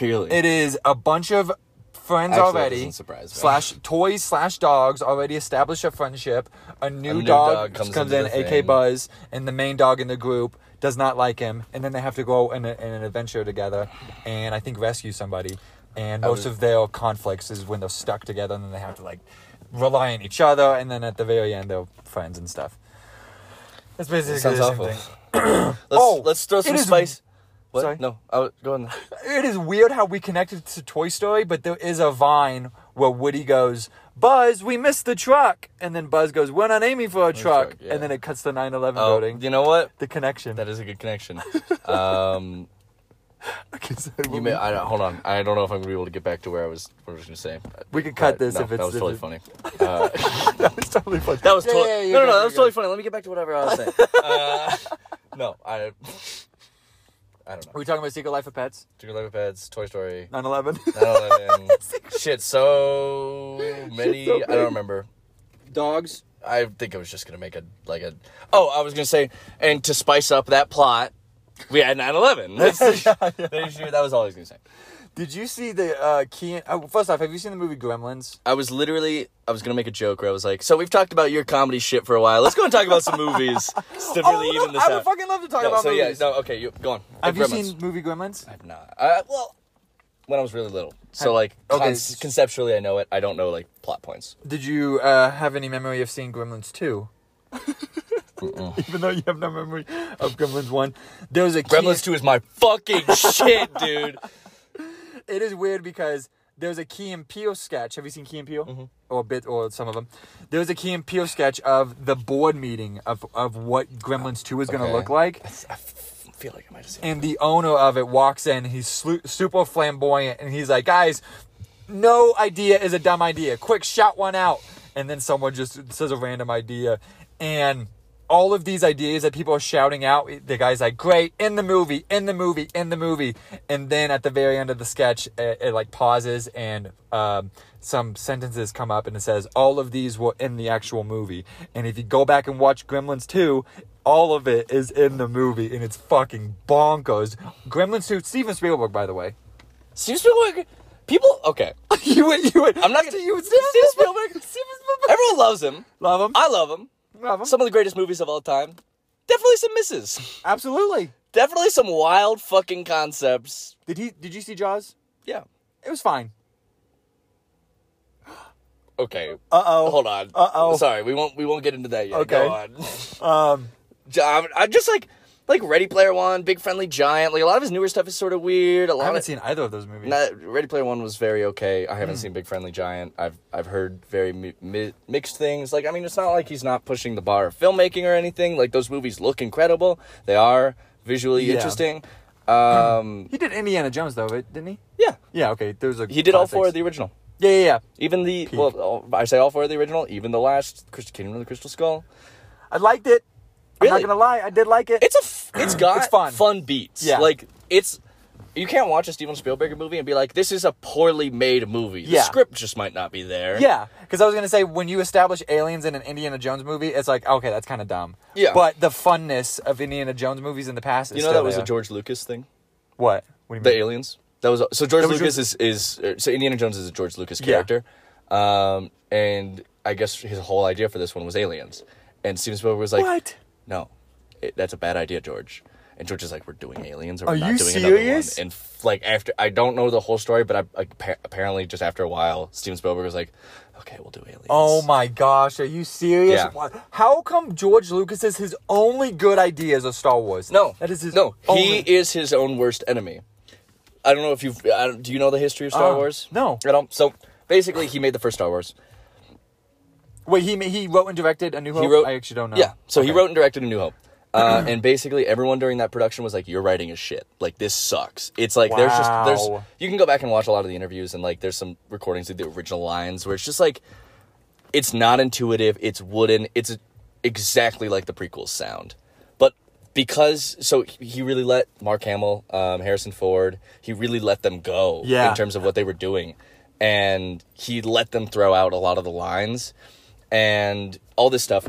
B: really.
A: It is a bunch of friends
B: Actually, that
A: already,
B: doesn't surprise me.
A: slash toys, slash dogs already establish a friendship. A new,
B: new
A: dog,
B: dog
A: comes,
B: comes
A: in,
B: into the
A: AK
B: thing.
A: Buzz, and the main dog in the group does not like him, and then they have to go in, a, in an adventure together and I think rescue somebody. And most
B: Oh.
A: of their conflicts is when they're stuck together and then they have to like rely on each other, and then at the very end, they're friends and stuff. That's basically
B: sounds
A: the same
B: awful.
A: thing.
B: let's,
A: Oh,
B: let's throw
A: it
B: some
A: is-
B: spice. What?
A: Sorry.
B: No, I was, go on.
A: it is weird how we connected to Toy Story, but there is a vine where Woody goes, Buzz, we missed the truck. And then Buzz goes, We're not aiming for a truck.
B: truck, yeah.
A: And then it cuts the 9 11
B: Oh,
A: voting.
B: you know what?
A: The connection.
B: That is a good connection. Um, you may, I, don't- hold on. I don't know if I'm gonna be able to get back to where I was. What I was gonna say.
A: We can cut
B: But
A: this
B: no,
A: if it's-
B: that was
A: if
B: totally
A: it-
B: funny. Uh,
A: that was totally funny.
B: that was
A: Yeah,
B: totally
A: yeah, yeah,
B: no, no,
A: you're
B: no.
A: good,
B: That was
A: you're
B: totally funny. Let me get back to whatever I was saying. uh, no, I. I don't
A: Are
B: know.
A: we talking about Secret Life of Pets?
B: Secret Life of Pets, Toy Story.
A: 9 11?
B: 9/11. Shit, so many.
A: so
B: I
A: many.
B: don't remember.
A: Dogs?
B: I think I was just gonna make a like a. Oh, I was gonna say, and to spice up that plot, we had 9/11. That's, that's- that was all I was gonna say.
A: Did you see the uh, Key? Oh, first off, have you seen the movie Gremlins?
B: I was literally I was gonna make a joke where I was like, so we've talked about your comedy shit for a while. Let's go and talk about some movies to really
A: no,
B: even this
A: Oh, I would
B: out.
A: fucking love to talk
B: No,
A: about
B: so
A: movies.
B: yeah, no, okay, you go on.
A: have you
B: Gremlins.
A: seen movie Gremlins?
B: I've not. Uh, well, when I was really little, so like
A: okay,
B: con-
A: s-
B: conceptually, I know it. I don't know like plot points.
A: Did you uh, have any memory of seeing Gremlins 2? Even though you have no memory of Gremlins 1. There was a key-
B: Gremlins Two is my fucking shit, dude.
A: It is weird because there's a Key and Peele sketch. Have you seen Key and Peele?
B: Mm-hmm.
A: Or a bit, or some of them. There was a Key and Peele sketch of the board meeting of, of what Gremlins 2 is going to
B: Okay.
A: look like.
B: I f- feel like I might have seen.
A: And the owner of it walks in. He's slu- super flamboyant. And he's like, guys, no idea is a dumb idea. Quick, shout one out. And then someone just says a random idea. And all of these ideas that people are shouting out, the guy's like, great, in the movie, in the movie, in the movie. And then at the very end of the sketch, it, it like pauses and um, some sentences come up and it says, all of these were in the actual movie. And if you go back and watch Gremlins 2, all of it is in the movie and it's fucking bonkers. Gremlins 2, Steven Spielberg, by the way.
B: Steven Spielberg. People. Okay,
A: you would, you would.
B: I'm not gonna-
A: You would Steven
B: Steven
A: Spielberg. Steven Spielberg.
B: everyone loves him.
A: Love him.
B: I love him.
A: Love him.
B: Some of the greatest movies of all time. Definitely some misses.
A: Absolutely.
B: Definitely some wild fucking concepts.
A: Did he? Did you see Jaws?
B: Yeah.
A: It was fine.
B: Okay.
A: Uh oh.
B: Hold on.
A: Uh-oh.
B: Sorry, we won't we won't get into that yet.
A: Okay.
B: Go on.
A: Um.
B: Gi- I'm, I'm just like like Ready Player One, Big Friendly Giant. Like a lot of his newer stuff is sort of weird. A lot
A: I haven't
B: of
A: seen either of those movies.
B: Nah, Ready Player One was very okay. I
A: Hmm.
B: haven't seen Big Friendly Giant. I've I've heard very mi- mi- mixed things. Like I mean, it's not like he's not pushing the bar of filmmaking or anything. Like those movies look incredible. They are visually
A: Yeah.
B: interesting. Um,
A: He did Indiana Jones though, right? didn't he?
B: yeah,
A: Yeah. Okay. There's a.
B: he did all four
A: Hmm.
B: of
A: classics.
B: the original.
A: Yeah, yeah, yeah.
B: Even the well, all, I say all four of the original. Even the last Christ- Kingdom of the Crystal Skull.
A: I liked it. I'm not
B: Really?
A: gonna lie, I did like it.
B: It's a f- it's got
A: It's fun.
B: fun beats.
A: Yeah.
B: like it's You can't watch a Steven Spielberg movie and be like, "This is a poorly made movie. The
A: Yeah.
B: script just might not be there."
A: Yeah, because I was gonna say when you establish aliens in an Indiana Jones movie, it's like okay, that's kind of dumb.
B: Yeah.
A: But the funness of Indiana Jones movies in the past, is
B: you know
A: still
B: that was
A: there.
B: a George Lucas thing.
A: What? What do
B: The
A: you mean?
B: aliens. That was so George
A: That was
B: Lucas is is er, so Indiana Jones is a George Lucas
A: Yeah.
B: character, um, and I guess his whole idea for this one was aliens, and Steven Spielberg was like,
A: What?
B: No, it, that's a bad idea, George." And George is like, "We're doing aliens, or we're
A: Are
B: not
A: you
B: doing
A: serious?
B: another one." And f- like after, I don't know the whole story, but I, appa- apparently just after a while, Steven Spielberg was like, "Okay, we'll do aliens."
A: Oh my gosh, are you serious?
B: Yeah.
A: Why- How come George Lucas is his only good ideas of Star Wars?
B: No,
A: that is his.
B: no.
A: only-
B: He is his own worst enemy. I don't know if you've. I don't, do you know the history of Star
A: Uh,
B: Wars?
A: no.
B: I don't. So basically, he made the first Star Wars.
A: Wait, he ma- he wrote and directed a new. Hope?
B: He wrote.
A: I actually don't know.
B: Yeah. So he
A: Okay.
B: wrote and directed A New Hope. Uh, and basically, everyone during that production was like, "Your writing is shit. Like this sucks." It's like there's just there's
A: Wow.
B: you can go back and watch a lot of the interviews and like there's some recordings of the original lines where it's just like it's not intuitive, it's wooden, it's exactly like the prequels sound. But because so he really let Mark Hamill, um, Harrison Ford, he really let them go
A: Yeah.
B: in terms of what they were doing, and he let them throw out a lot of the lines, and all this stuff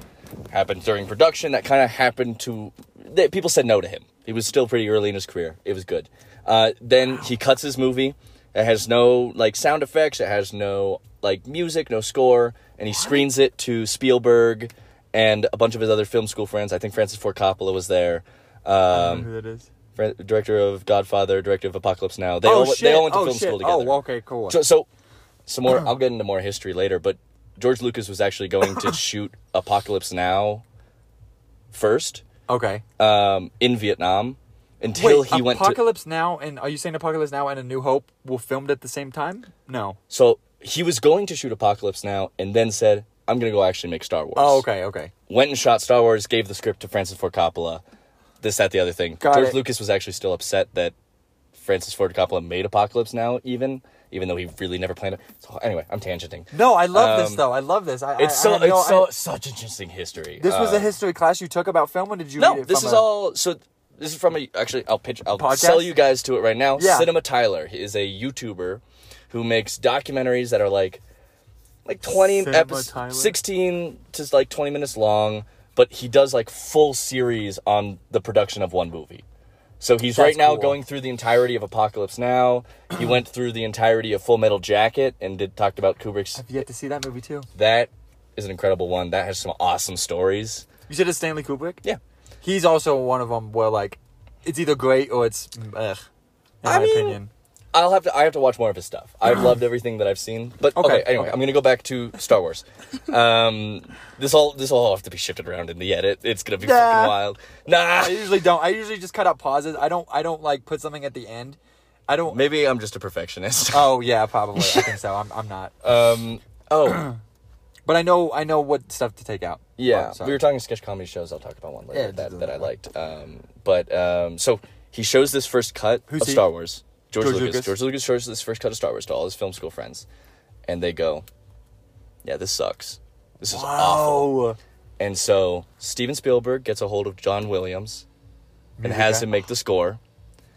B: happened during production. That kind of happened to that people said no to him. He was still pretty early in his career. It was good. Uh, then he cuts his movie. It has no like sound effects. It has no like music, no score, and he screens it to Spielberg and a bunch of his other film school friends. I think Francis Ford Coppola was there.
A: I don't know
B: Um,
A: who that is.
B: fr- director of Godfather, director of Apocalypse Now. They
A: Oh
B: all
A: shit!
B: they all went to
A: oh
B: film
A: shit!
B: school together.
A: Oh, okay, cool.
B: So, so some
A: Uh-huh.
B: more. I'll get into more history later, but George Lucas was actually going
A: Uh-huh.
B: to shoot Apocalypse Now first
A: okay.
B: um, in Vietnam until he went to
A: Apocalypse Now and are you saying Apocalypse Now and A New Hope were filmed at the same time? No.
B: So he was going to shoot Apocalypse Now, and then said, "I'm going to go actually make Star Wars."
A: Oh, okay, okay.
B: Went and shot Star Wars, gave the script to Francis Ford Coppola. This, that, the other thing.
A: Got
B: George
A: it.
B: Lucas was actually still upset that Francis Ford Coppola made Apocalypse Now, even even though he really never planned it. So anyway, I'm tangenting.
A: No, I love this
B: Um,
A: though. I love this. I,
B: It's
A: I, I
B: so
A: had no-
B: it's so
A: I-
B: such interesting history.
A: this was
B: Uh,
A: a history class you took about film, or did you? read
B: no.
A: it
B: This
A: from
B: is
A: a-
B: all so. This is from a actually I'll pitch I'll
A: Podcast?
B: sell you guys to it right now.
A: Yeah.
B: Cinema Tyler he is a YouTuber who makes documentaries that are like like 20
A: Cinema Tyler?
B: episodes 16 to like 20 minutes long, but he does like full series on the production of one movie. So he's
A: That's
B: right now
A: cool.
B: going through the entirety of Apocalypse Now. He went through the entirety of Full Metal Jacket and did talked about Kubrick's
A: I've yet to see that movie too.
B: that is an incredible one. That has some awesome stories.
A: You said it's Stanley Kubrick.
B: Yeah.
A: He's also one of them where like it's either great or it's mm, ugh, in
B: I
A: my
B: mean,
A: opinion.
B: I'll have to I have to watch more of his stuff. I've loved everything that I've seen. But okay,
A: Okay,
B: anyway,
A: okay.
B: I'm gonna go back to Star Wars. Um this all this all have to be shifted around in the edit. It's gonna be
A: Nah.
B: fucking wild. Nah.
A: I usually don't. I usually just cut out pauses. I don't. I don't like put something at the end. I don't.
B: Maybe I'm just a perfectionist.
A: Oh yeah, probably. I think so. I'm. I'm not.
B: Um oh
A: But I know. I know what stuff to take out.
B: yeah.
A: Oh, sorry.
B: we were talking sketch comedy shows, I'll talk about one later
A: Yeah, it
B: that,
A: doesn't
B: that I
A: matter.
B: liked. Um but um so he shows this first cut
A: Who's
B: of
A: he?
B: Star Wars. George,
A: George
B: Lucas.
A: Lucas.
B: George Lucas shows this first cut of Star Wars to all his film school friends. And they go, Yeah, this sucks. This is awful.
A: Wow.
B: And so Steven Spielberg gets a hold of John Williams and
A: Music
B: has
A: guy.
B: him make the score.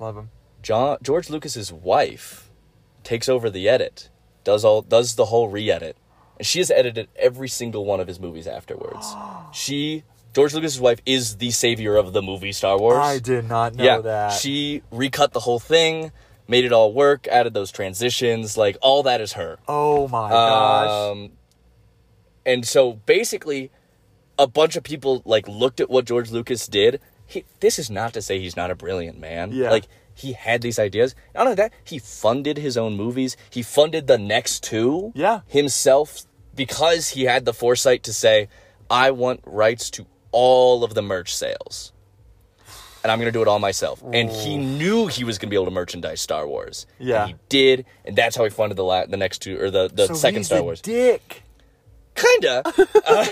A: Love him.
B: John, George Lucas's wife takes over the edit, does all does the whole re-edit, and she has edited every single one of his movies afterwards. she George Lucas's wife is the savior of the movie Star Wars.
A: I did not know
B: yeah,
A: that.
B: she recut the whole thing, made it all work, added those transitions, like all that is her.
A: oh my gosh.
B: Um, and so basically, a bunch of people like looked at what George Lucas did. He, this is not to say he's not a brilliant man.
A: Yeah.
B: Like he had these ideas. Not only that, he funded his own movies. He funded the next two.
A: Yeah.
B: Himself because he had the foresight to say, "I want rights to all of the merch sales." And I'm gonna do it all myself. And he knew he was gonna be able to merchandise Star Wars. And
A: Yeah.
B: he did, and that's how he funded the la- the next two or the, the
A: So
B: second
A: he's
B: Star
A: a
B: Wars.
A: Dick.
B: Kinda. Uh,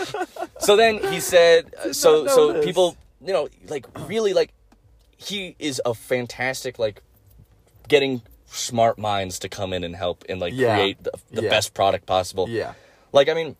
B: so then he said, uh, so
A: know
B: so
A: this.
B: people, you know, like really like he is a fantastic like getting smart minds to come in and help and like
A: Yeah.
B: create the, the
A: Yeah.
B: best product possible.
A: Yeah.
B: Like I mean,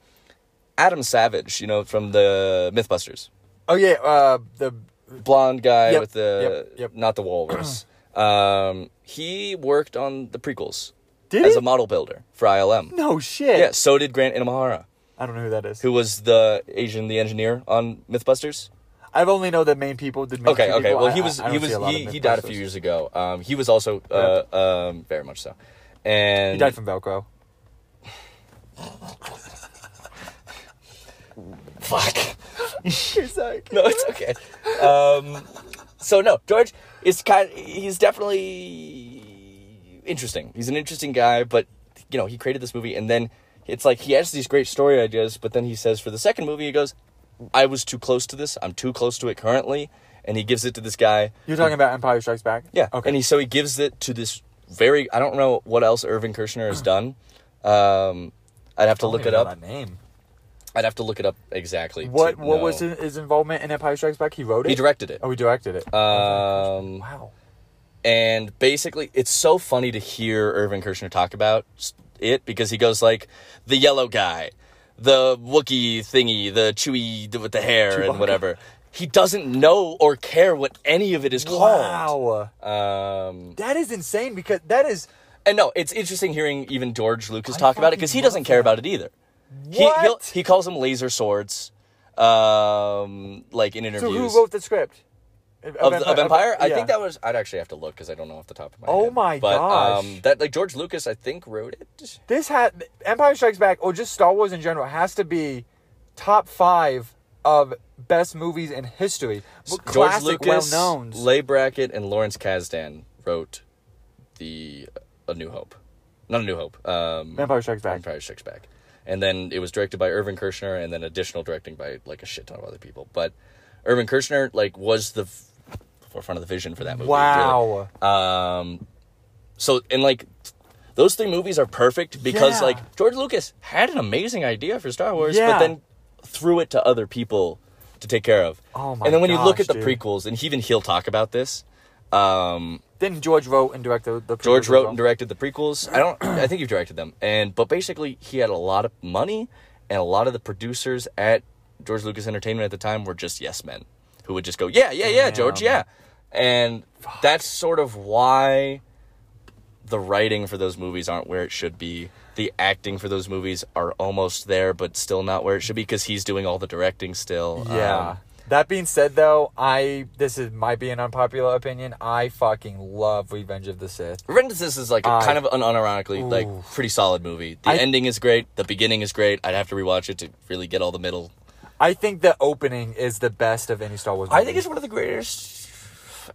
B: Adam Savage, you know, from the MythBusters,
A: Oh yeah. Uh, the
B: blonde guy
A: Yep,
B: with the
A: yep, yep.
B: not the walrus. Um, he worked on the prequels
A: Did
B: as
A: he?
B: a model builder for ILM.
A: No shit.
B: Yeah, so did Grant Inamahara,
A: I don't know who that is.
B: who was the Asian, the engineer on MythBusters.
A: I've only know the main people. The main
B: Okay,
A: two
B: okay.
A: people.
B: Well,
A: I-
B: he
A: I-
B: was
A: I don't
B: he
A: see
B: was
A: a lot
B: he,
A: of
B: he died a few
A: Mythbusters.
B: years ago. Um, he was also uh, um, very much so, and
A: He died from Velcro.
B: fuck.
A: He's like,
B: No, it's okay. Um, so no, George is kind. He's definitely interesting. He's an interesting guy, but you know he created this movie, and then it's like he has these great story ideas, but then he says for the second movie, he goes, "I was too close to this. I'm too close to it currently," and he gives it to this guy.
A: You're talking about Empire Strikes Back.
B: Yeah.
A: Okay.
B: And he so he gives it to this very I don't know what else Irving Kershner has done. Um, I'd have to
A: I don't
B: look
A: even
B: it
A: know
B: up.
A: That name.
B: I'd have to look it up exactly. to
A: What What
B: know.
A: was his, his involvement in Empire Strikes Back? He wrote it.
B: He directed it.
A: Oh, he directed it.
B: Um,
A: wow.
B: and basically it's so funny to hear Irvin Kershner talk about s- it because he goes like the yellow guy, the Wookiee thingy, the Chewy with the hair
A: Chewbacca.
B: and whatever. He doesn't know or care what any of it is called.
A: Wow.
B: Um,
A: That is insane because that is
B: and no, it's interesting hearing even George Lucas
A: I
B: talk about it because
A: fucking
B: he doesn't
A: love
B: care
A: that.
B: about it either. He he'll,
A: What?
B: he calls them laser swords, um, like in
A: so.
B: interviews.
A: Who wrote the script?
B: of, the- of Empire. I
A: yeah.
B: think that was. I'd actually have to look because I don't know off the top of my
A: Oh
B: head.
A: my
B: but,
A: gosh.
B: Um, that like George Lucas, I think wrote it.
A: this had Empire Strikes Back or just Star Wars in general has to be top five of best movies in history. Classic,
B: George Lucas,
A: well known.
B: Leigh Brackett, and Lawrence Kasdan wrote the A New Hope, not A New Hope. Um,
A: Empire Strikes Back.
B: Empire Strikes Back, and then it was directed by Irvin Kershner, and then additional directing by like a shit ton of other people. But Irvin Kershner like was the f- forefront of the vision for that movie.
A: Wow.
B: really. Um, so and like those three movies are perfect because
A: Yeah.
B: like George Lucas had an amazing idea for Star Wars,
A: Yeah.
B: but then threw it to other people to take care of.
A: Oh my
B: And then when you look
A: gosh,
B: at the
A: dude.
B: prequels, and even he'll talk about this. Um,
A: Then George wrote and directed the.
B: George
A: prequels
B: wrote
A: as well.
B: and directed the prequels. I don't. I think you've directed them, and but basically he had a lot of money, and a lot of the producers at George Lucas Entertainment at the time were just yes men who would just go yeah yeah yeah George yeah,
A: Damn.
B: and that's sort of why the writing for those movies aren't where it should be. The acting for those movies are almost there, but still not where it should be because he's doing all the directing still.
A: Yeah.
B: Um,
A: that being said, though, I this is might be an unpopular opinion. I fucking love Revenge of the Sith.
B: Revenge of the Sith is like a
A: I-
B: kind of an unironically
A: Ooh.
B: like pretty solid movie. The
A: I-
B: ending is great. The beginning is great. I'd have to rewatch it to really get all the middle.
A: I think the opening is the best of any Star Wars. Movie.
B: I think it's one of the greatest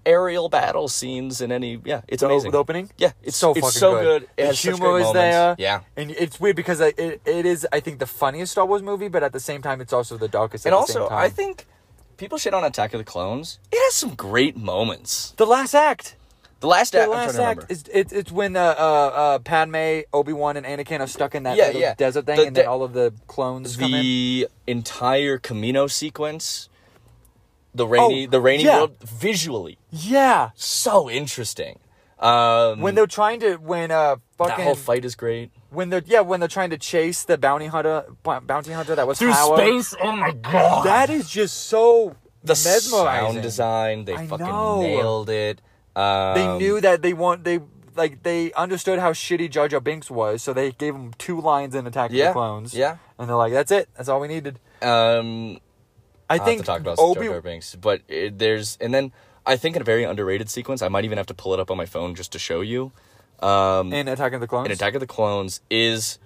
B: aerial battle scenes in any. Yeah, it's
A: the,
B: amazing.
A: the opening.
B: Yeah, it's
A: so
B: it's
A: fucking
B: so good. It
A: the
B: has such
A: humor
B: great
A: is
B: moments.
A: there.
B: Yeah,
A: and it's weird because I- it, it is I think the funniest Star Wars movie, but at the same time, it's also the darkest.
B: and
A: at the
B: also
A: same time.
B: I think people shit on Attack of the Clones. It has some great moments.
A: the last act.
B: The last
A: The
B: act. I'm
A: last
B: trying to
A: act
B: remember.
A: is it, it's when uh, uh, uh, Padme, Obi Wan, and Anakin are stuck in that
B: Yeah,
A: little
B: yeah.
A: desert thing,
B: The-
A: and then
B: the-
A: all of the clones come in.
B: the entire Camino sequence. The rainy,
A: Oh,
B: the rainy
A: yeah.
B: world visually
A: Yeah,
B: so interesting. Um,
A: when they're trying to when uh
B: that
A: fucking
B: whole fight is great.
A: when they're yeah when they're trying to chase the bounty hunter b- bounty hunter that was Howard.
B: Oh my god!
A: That is just so
B: the
A: mesmerizing.
B: sound design they
A: I
B: fucking
A: know.
B: nailed it. Um,
A: They knew that they want they like they understood how shitty Jar Jar Binks was, so they gave him two lines in Attack of the
B: Yeah,
A: Clones.
B: yeah.
A: and they're like, "That's it. That's all we needed."
B: Um,
A: I
B: I
A: think
B: think have to talk about
A: Obi.
B: Jar Jar Binks, but it, there's and then I think in a very underrated sequence, I might even have to pull it up on my phone just to show you. Um,
A: in Attack of the Clones.
B: in Attack of the Clones is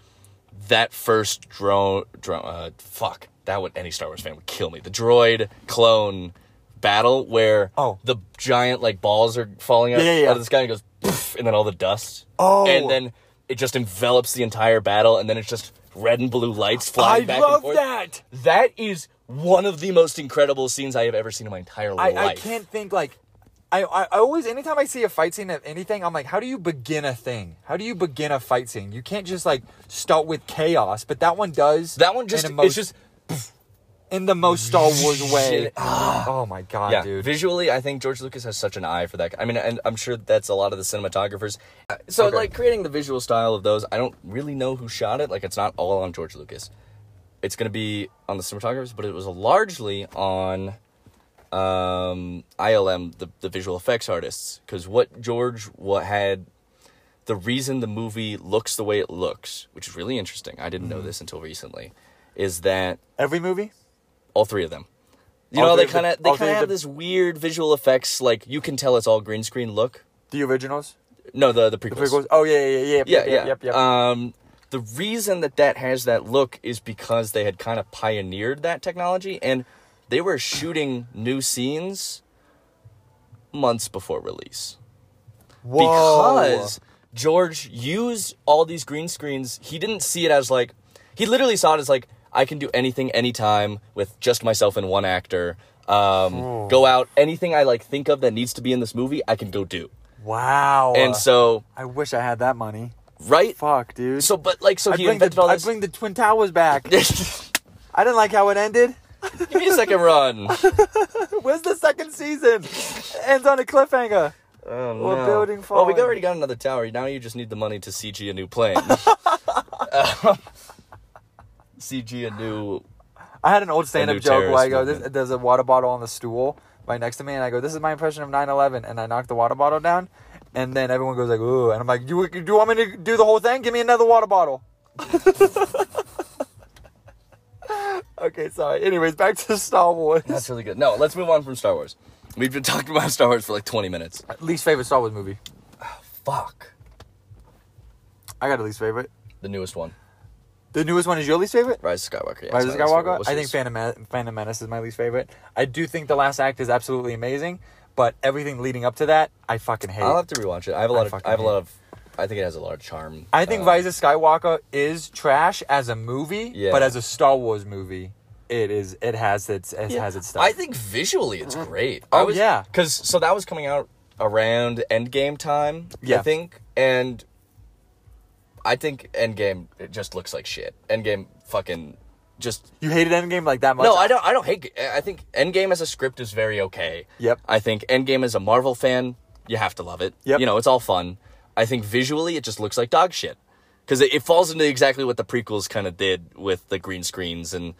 B: that first drone drone uh, fuck that would any Star Wars fan would kill me. The droid clone battle where
A: Oh.
B: the giant like balls are falling out,
A: Yeah, yeah, yeah.
B: out of the sky and it goes poof, and then all the dust.
A: Oh.
B: and then it just envelops the entire battle and then it's just red and blue lights flying
A: I
B: back
A: love
B: and forth.
A: that.
B: That is one of the most incredible scenes I have ever seen in my entire
A: I,
B: life.
A: I can't think like. I, I I always anytime I see a fight scene of anything, I'm like, how do you begin a thing? How do you begin a fight scene? You can't just like start with chaos, but that one does.
B: That one just
A: in the most,
B: it's just
A: in the most Star Wars way.
B: Shit.
A: oh my god,
B: yeah,
A: dude!
B: visually, I think George Lucas has such an eye for that. I mean, and I'm sure that's a lot of the cinematographers. Uh, So,
A: Okay.
B: like, creating the visual style of those, I don't really know who shot it. Like, it's not all on George Lucas. It's going to be on the cinematographers, but it was largely on um, ILM, the, the visual effects artists, because what George what had the reason the movie looks the way it looks, which is really interesting. I didn't
A: Mm-hmm.
B: know this until recently, is that
A: Every movie?
B: all three of them. You
A: All
B: know,
A: three
B: they
A: of the-
B: kind of they
A: all three
B: kind of
A: of
B: have
A: the-
B: this weird visual effects, like you can tell it's all green screen look.
A: The originals?
B: No, the the
A: The
B: prequels.
A: prequels? Oh, yeah, yeah, yeah. Yep,
B: Yeah,
A: yep,
B: yeah.
A: Yep, yep.
B: Um, the reason that that has that look is because they had kind of pioneered that technology, and they were shooting new scenes months before release
A: Whoa.
B: because George used all these green screens. He didn't see it as like he literally saw it as like I can do anything anytime with just myself and one actor. Um,
A: Hmm.
B: go out anything I like think of that needs to be in this movie, I can go do.
A: Wow.
B: And so
A: I wish I had that money.
B: right,
A: Fuck, dude.
B: so but like so
A: I
B: he
A: bring,
B: invented
A: the,
B: all
A: I
B: this.
A: bring the Twin Towers back. I didn't like how it ended.
B: Give me a second run.
A: Where's the second season? Ends on a cliffhanger.
B: Oh,
A: We're
B: no.
A: building
B: Well, we
A: forward.
B: already got another tower. Now you just need the money to CG a new plane. CG a new.
A: I had an old stand up
B: new
A: joke where I
B: terrorist
A: go, this,
B: movement.
A: there's a water bottle on the stool right next to me, and I go, this is my impression of 9 11. And I knock the water bottle down, and then everyone goes, like, ooh. And I'm like, you, you want me to do the whole thing? Give me another water bottle. okay, sorry. Anyways, back to Star Wars.
B: That's really good. No, let's move on from Star Wars. We've been talking about Star Wars for like 20 minutes.
A: least favorite Star Wars movie.
B: Fuck.
A: I got a least favorite.
B: The newest one,
A: The newest one is your least favorite?
B: Rise of Skywalker. Yeah,
A: Rise of
B: it's my least favorite.
A: Skywalker.
B: What's
A: I think
B: yours?
A: Phantom, Men- Phantom Menace is my least favorite. I do think the last act is absolutely amazing, but everything leading up to that, I fucking hate.
B: I'll have to rewatch it. I have a
A: I
B: lot of.
A: fucking
B: I have a lot
A: hate
B: of. I think it has a lot of charm.
A: I think
B: Uh,
A: Rise of Skywalker is trash as a movie,
B: Yeah.
A: but as a Star Wars movie, it is. It has its. It has its stuff.
B: I think visually it's great. I
A: Oh,
B: was,
A: yeah.
B: because so that was coming out around Endgame time, I
A: Yeah.
B: think, and I think Endgame it just looks like shit. Endgame fucking just
A: you hated Endgame like that much.
B: no, I don't. I don't hate. I think Endgame as a script is very okay.
A: Yep.
B: I think Endgame as a Marvel fan, you have to love it.
A: Yep.
B: You know, it's all fun. I think visually, it just looks like dog shit because it, it falls into exactly what the prequels kind of did with the green screens and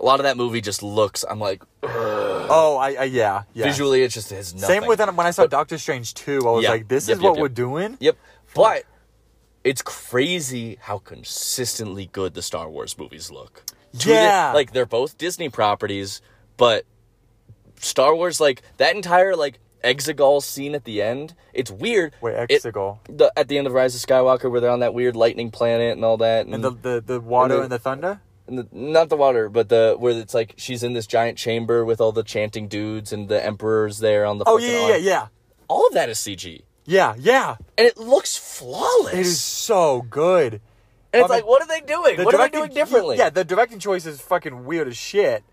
B: a lot of that movie just looks. I'm like,
A: Oh, I, I yeah, yeah.
B: visually it just is nothing.
A: Same with um, when I saw Doctor Strange two. I was
B: Yeah.
A: like, this
B: Yep,
A: is
B: yep,
A: what
B: yep.
A: we're doing.
B: Yep. But it's crazy how consistently good the Star Wars movies look. To the-
A: Yeah.
B: like they're both Disney properties, but Star Wars like that entire like Exegol scene at the end, it's weird.
A: Wait,
B: It-
A: Exegol?
B: the, at the end of Rise of Skywalker where they're on that weird lightning planet and all that and,
A: And the the, the water
B: And the-
A: and the thunder.
B: and the- not the water, but the where it's like she's in this giant chamber with all the chanting dudes and the emperor's there on the
A: Oh
B: fucking
A: yeah, yeah,
B: arm.
A: yeah,
B: All of that is CG.
A: yeah, yeah.
B: And it looks flawless.
A: It is so good.
B: And it's
A: I mean,
B: like, what are they doing?
A: The
B: What are they
A: directing-
B: doing differently?
A: Yeah, the directing choice is fucking weird as shit.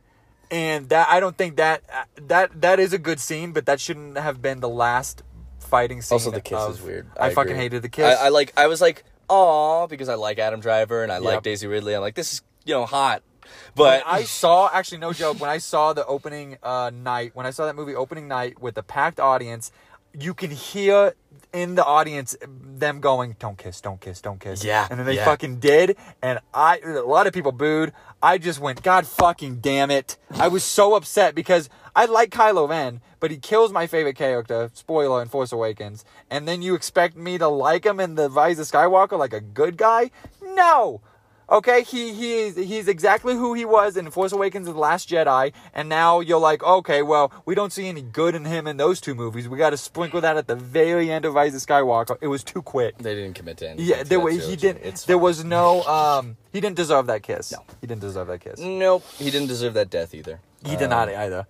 A: And that I don't think that uh, that that is a good scene, but that shouldn't have been the last fighting scene.
B: also, the kiss
A: of-
B: is weird.
A: I, fucking
B: agree.
A: hated the kiss.
B: I, I like. I was like, oh, because I like Adam Driver and I like
A: Yep.
B: Daisy Ridley. I'm like, this is you know hot,
A: When
B: but
A: I saw actually no joke when I saw the opening uh, night when I saw that movie opening night with the packed audience, you can hear in the audience them going don't kiss, don't kiss, don't kiss.
B: Yeah,
A: and then they
B: yeah.
A: fucking did, and I a lot of people booed. I just went God fucking damn it! I was so upset because I like Kylo Ren, but he kills my favorite character. Spoiler in Force Awakens, and then you expect me to like him in the Rise of Skywalker like a good guy? No. Okay, he he is he's exactly who he was in Force Awakens and The Last Jedi, and now you're like, okay, well, we don't see any good in him in those two movies. We got to sprinkle that at the very end of Rise of Skywalker. It was too quick.
B: they didn't commit to anything.
A: Yeah,
B: for
A: there
B: that
A: was he
B: trilogy.
A: didn't.
B: It's
A: there
B: fine.
A: was no. Um, he didn't deserve that kiss. No, he didn't deserve that kiss.
B: nope. He didn't deserve that death either.
A: He did
B: Um,
A: not either.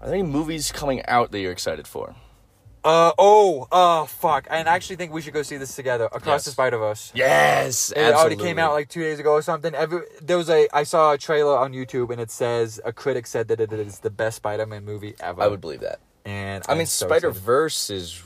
B: Are there any movies coming out that you're excited for?
A: Uh oh. Uh fuck. I actually think we should go see this together. Across
B: Yes.
A: the Spider Verse.
B: Yes,
A: It already came out like two days ago or something. Every there was a I saw a trailer on YouTube and it says a critic said that it is the best Spider-Man movie ever.
B: I would believe that.
A: and
B: I mean,
A: I'm so
B: Spider
A: excited.
B: Verse is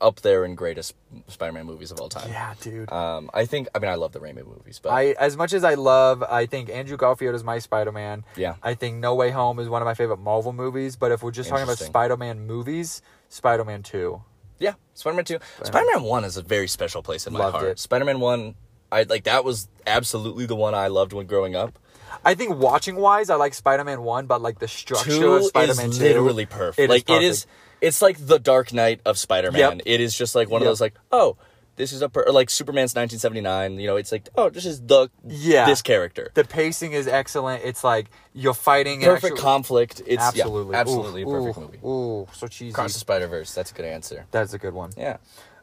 B: up there in greatest Spider-Man movies of all time.
A: Yeah, dude.
B: Um, I think. I mean, I love the Raimi movies, but
A: I as much as I love, I think Andrew Garfield is my Spider-Man.
B: Yeah.
A: I think No Way Home is one of my favorite Marvel movies. But if we're just talking about
B: Interesting.
A: Spider-Man movies, Spider-Man Two.
B: Yeah, Spider Man Two. Spider Man One is a very special place in my
A: Loved
B: heart.
A: it.
B: Spider Man One, I like that was absolutely the one I loved when growing up.
A: I think watching wise, I like Spider Man one, but like the structure of
B: two
A: Spider Man
B: is
A: two
B: literally perfect.
A: it is
B: like it
A: perfect.
B: is, it's like the Dark Knight of Spider-Man.
A: Yep.
B: It is just like one
A: Yep.
B: of those like, oh, this is a per- or, like Superman's 1979. You know, it's like, oh, this is the
A: Yeah.
B: this character.
A: The pacing is excellent. It's like you're fighting. an
B: perfect
A: actual-
B: conflict. It's
A: Absolutely, Ooh,
B: absolutely, absolutely a perfect
A: ooh,
B: movie.
A: Ooh, so cheesy.
B: Across the Spider Verse. That's a good answer.
A: That's a good one.
B: Yeah.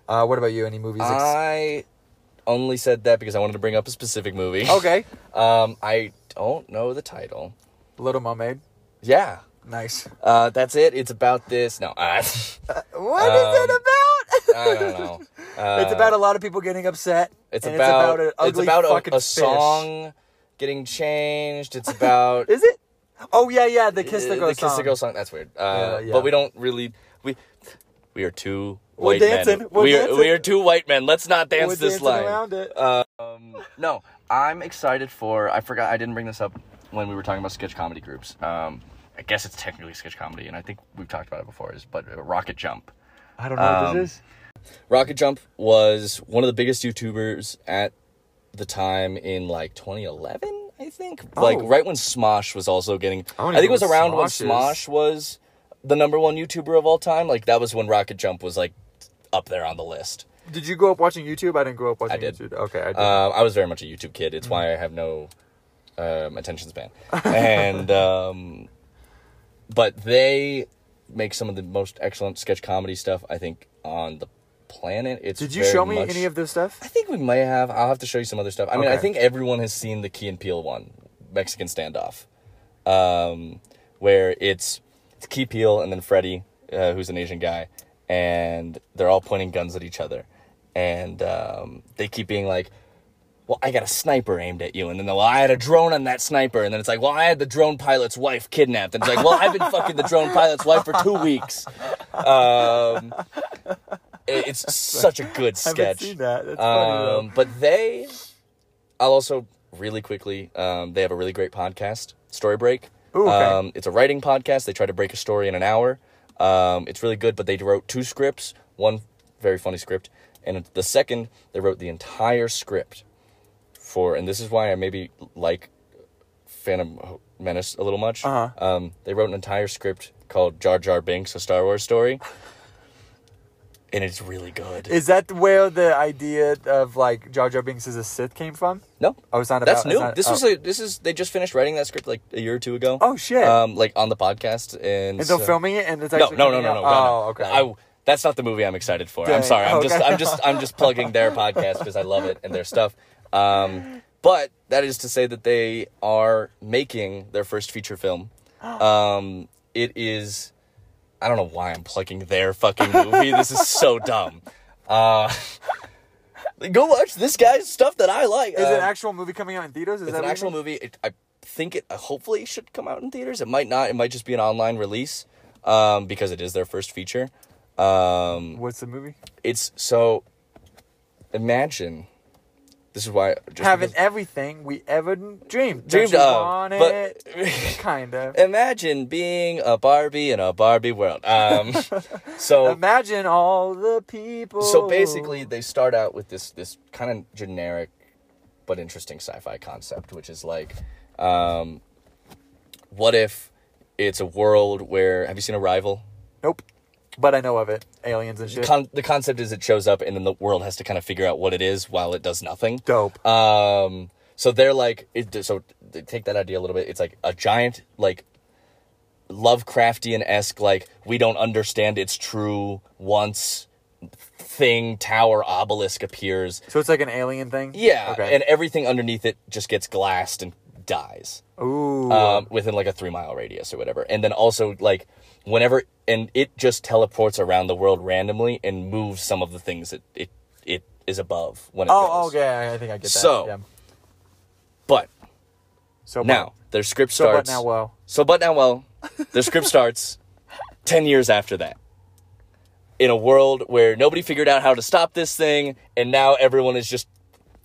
B: Uh,
A: Uh, what about you? Any movies? ex-
B: I only said that because I wanted to bring up a specific movie.
A: okay,
B: Um, I don't know the title.
A: Little Mermaid.
B: Yeah.
A: Nice.
B: Uh, that's it. It's about this. No, I,
A: What is it about?
B: I don't know. Uh,
A: it's about a lot of people getting upset.
B: It's
A: and
B: about
A: it's about an ugly
B: it's about a-
A: fucking
B: a,
A: fish.
B: song getting changed. It's about
A: Is it? Oh yeah, yeah. The Kiss the
B: uh,
A: Girl
B: Kiss the
A: song.
B: Girl song. That's weird. Uh,
A: Yeah, yeah.
B: But we don't really we we are two
A: We're
B: white
A: dancing.
B: men.
A: We're
B: we are
A: dancing.
B: we are two white men. Let's not dance
A: We're
B: this
A: dancing
B: line.
A: around it.
B: Um, no, I'm excited for. I forgot. I didn't bring this up when we were talking about sketch comedy groups. Um, I guess it's technically sketch comedy, and I think we've talked about it before. Is but uh, Rocket Jump.
A: I don't know what
B: um,
A: this is.
B: Rocket Jump was one of the biggest YouTubers at the time in like 2011, I think. Like
A: Oh.
B: right when Smosh was also
A: I
B: getting. I,
A: don't even
B: think it was
A: know what
B: around
A: Smosh
B: when Smosh
A: is.
B: was the number one YouTuber of all time. Like that was when Rocket Jump was like up there on the list.
A: Did you grow up watching YouTube? I didn't grow up watching
B: did.
A: YouTube. Okay, I did.
B: Um, I was very much a YouTube kid. It's why I have no um, attention span. And um, but they make some of the most excellent sketch comedy stuff I think on the planet. It's
A: did you
B: very
A: show me
B: much-
A: any of this stuff?
B: I think we may have. I'll have to show you some other stuff. I mean, I
A: Okay.
B: think everyone has seen the Key and Peele one, Mexican Standoff, um, where it's, it's Key Peele and then Freddy, uh, who's an Asian guy, and they're all pointing guns at each other, and um, they keep being like. Well, I got a sniper aimed at you, and then well, I had a drone on that sniper, and then it's like, well, I had the drone pilot's wife kidnapped, and it's like, well, I've been fucking the drone pilot's wife for two weeks. Um, it- it's such a good sketch.
A: I haven't seen that. That's funny though.
B: Um, but they, I'll also really quickly, um, they have a really great podcast, Story Break.
A: Ooh, okay.
B: um, it's a writing podcast. They try to break a story in an hour. Um, it's really good, but they wrote two scripts, one very funny script, and the second, they wrote the entire script for, and this is why I maybe like Phantom Menace a little much.
A: Uh-huh.
B: Um, they wrote an entire script called Jar Jar Binks, a Star Wars story. And it's really good.
A: Is that where the idea of like Jar Jar Binks is a Sith came from?
B: No,
A: Oh, it's not
B: that's
A: about-
B: new.
A: it's not-
B: this was
A: oh.
B: a, this is they just finished writing that script like a year or two ago.
A: Oh, shit.
B: Um, like on the podcast and,
A: And they're
B: so-
A: filming it, and it's
B: No,
A: actually
B: no, no, no,
A: coming
B: no,
A: out?
B: no, no.
A: Oh, okay.
B: I, that's not the movie I'm excited for.
A: Dang. Oh,
B: I'm sorry. I'm
A: Okay.
B: just I'm just I'm just plugging their podcast because I love it and their stuff. Um, but that is to say that they are making their first feature film. Um, it is. I don't know why I'm plugging their fucking movie. this is so dumb. Uh, go watch this guy's stuff that I like.
A: is
B: Um,
A: an actual movie coming out in theaters? Is
B: it's
A: that
B: an
A: what you
B: actual
A: mean?
B: movie. It, I think it uh, hopefully it should come out in theaters. It might not. It might just be an online release um, because it is their first feature. Um,
A: What's the movie?
B: it's so. Imagine, this is why just
A: Having
B: because-
A: everything we ever dreamed.
B: Dreamed
A: Don't you
B: of,
A: want
B: but-
A: it? kind of.
B: imagine being a Barbie in a Barbie world. Um, so
A: Imagine all the people.
B: so basically they start out with this this kind of generic but interesting sci-fi concept which is like um what if it's a world where have you seen arrival
A: nope. But I know of it. Aliens and shit.
B: Con- the concept is it shows up and then the world has to kind of figure out what it is while it does nothing
A: Dope.
B: um so they're like it, so they take that idea a little bit it's like a giant like lovecraftian-esque like we don't understand its true once thing tower obelisk appears
A: so it's like an alien thing.
B: Yeah,
A: Okay.
B: and everything underneath it just gets glassed and dies
A: Ooh.
B: um, within like a three mile radius or whatever. And then also like whenever and it just teleports around the world randomly and moves some of the things that it it is above when it
A: oh,
B: goes.
A: okay. I I think I get that.
B: So-
A: yeah.
B: But
A: so what-
B: now their script
A: so but
B: starts.
A: now well.
B: So but now well, their script starts ten years after that. In a world where nobody figured out how to stop this thing, and now everyone is just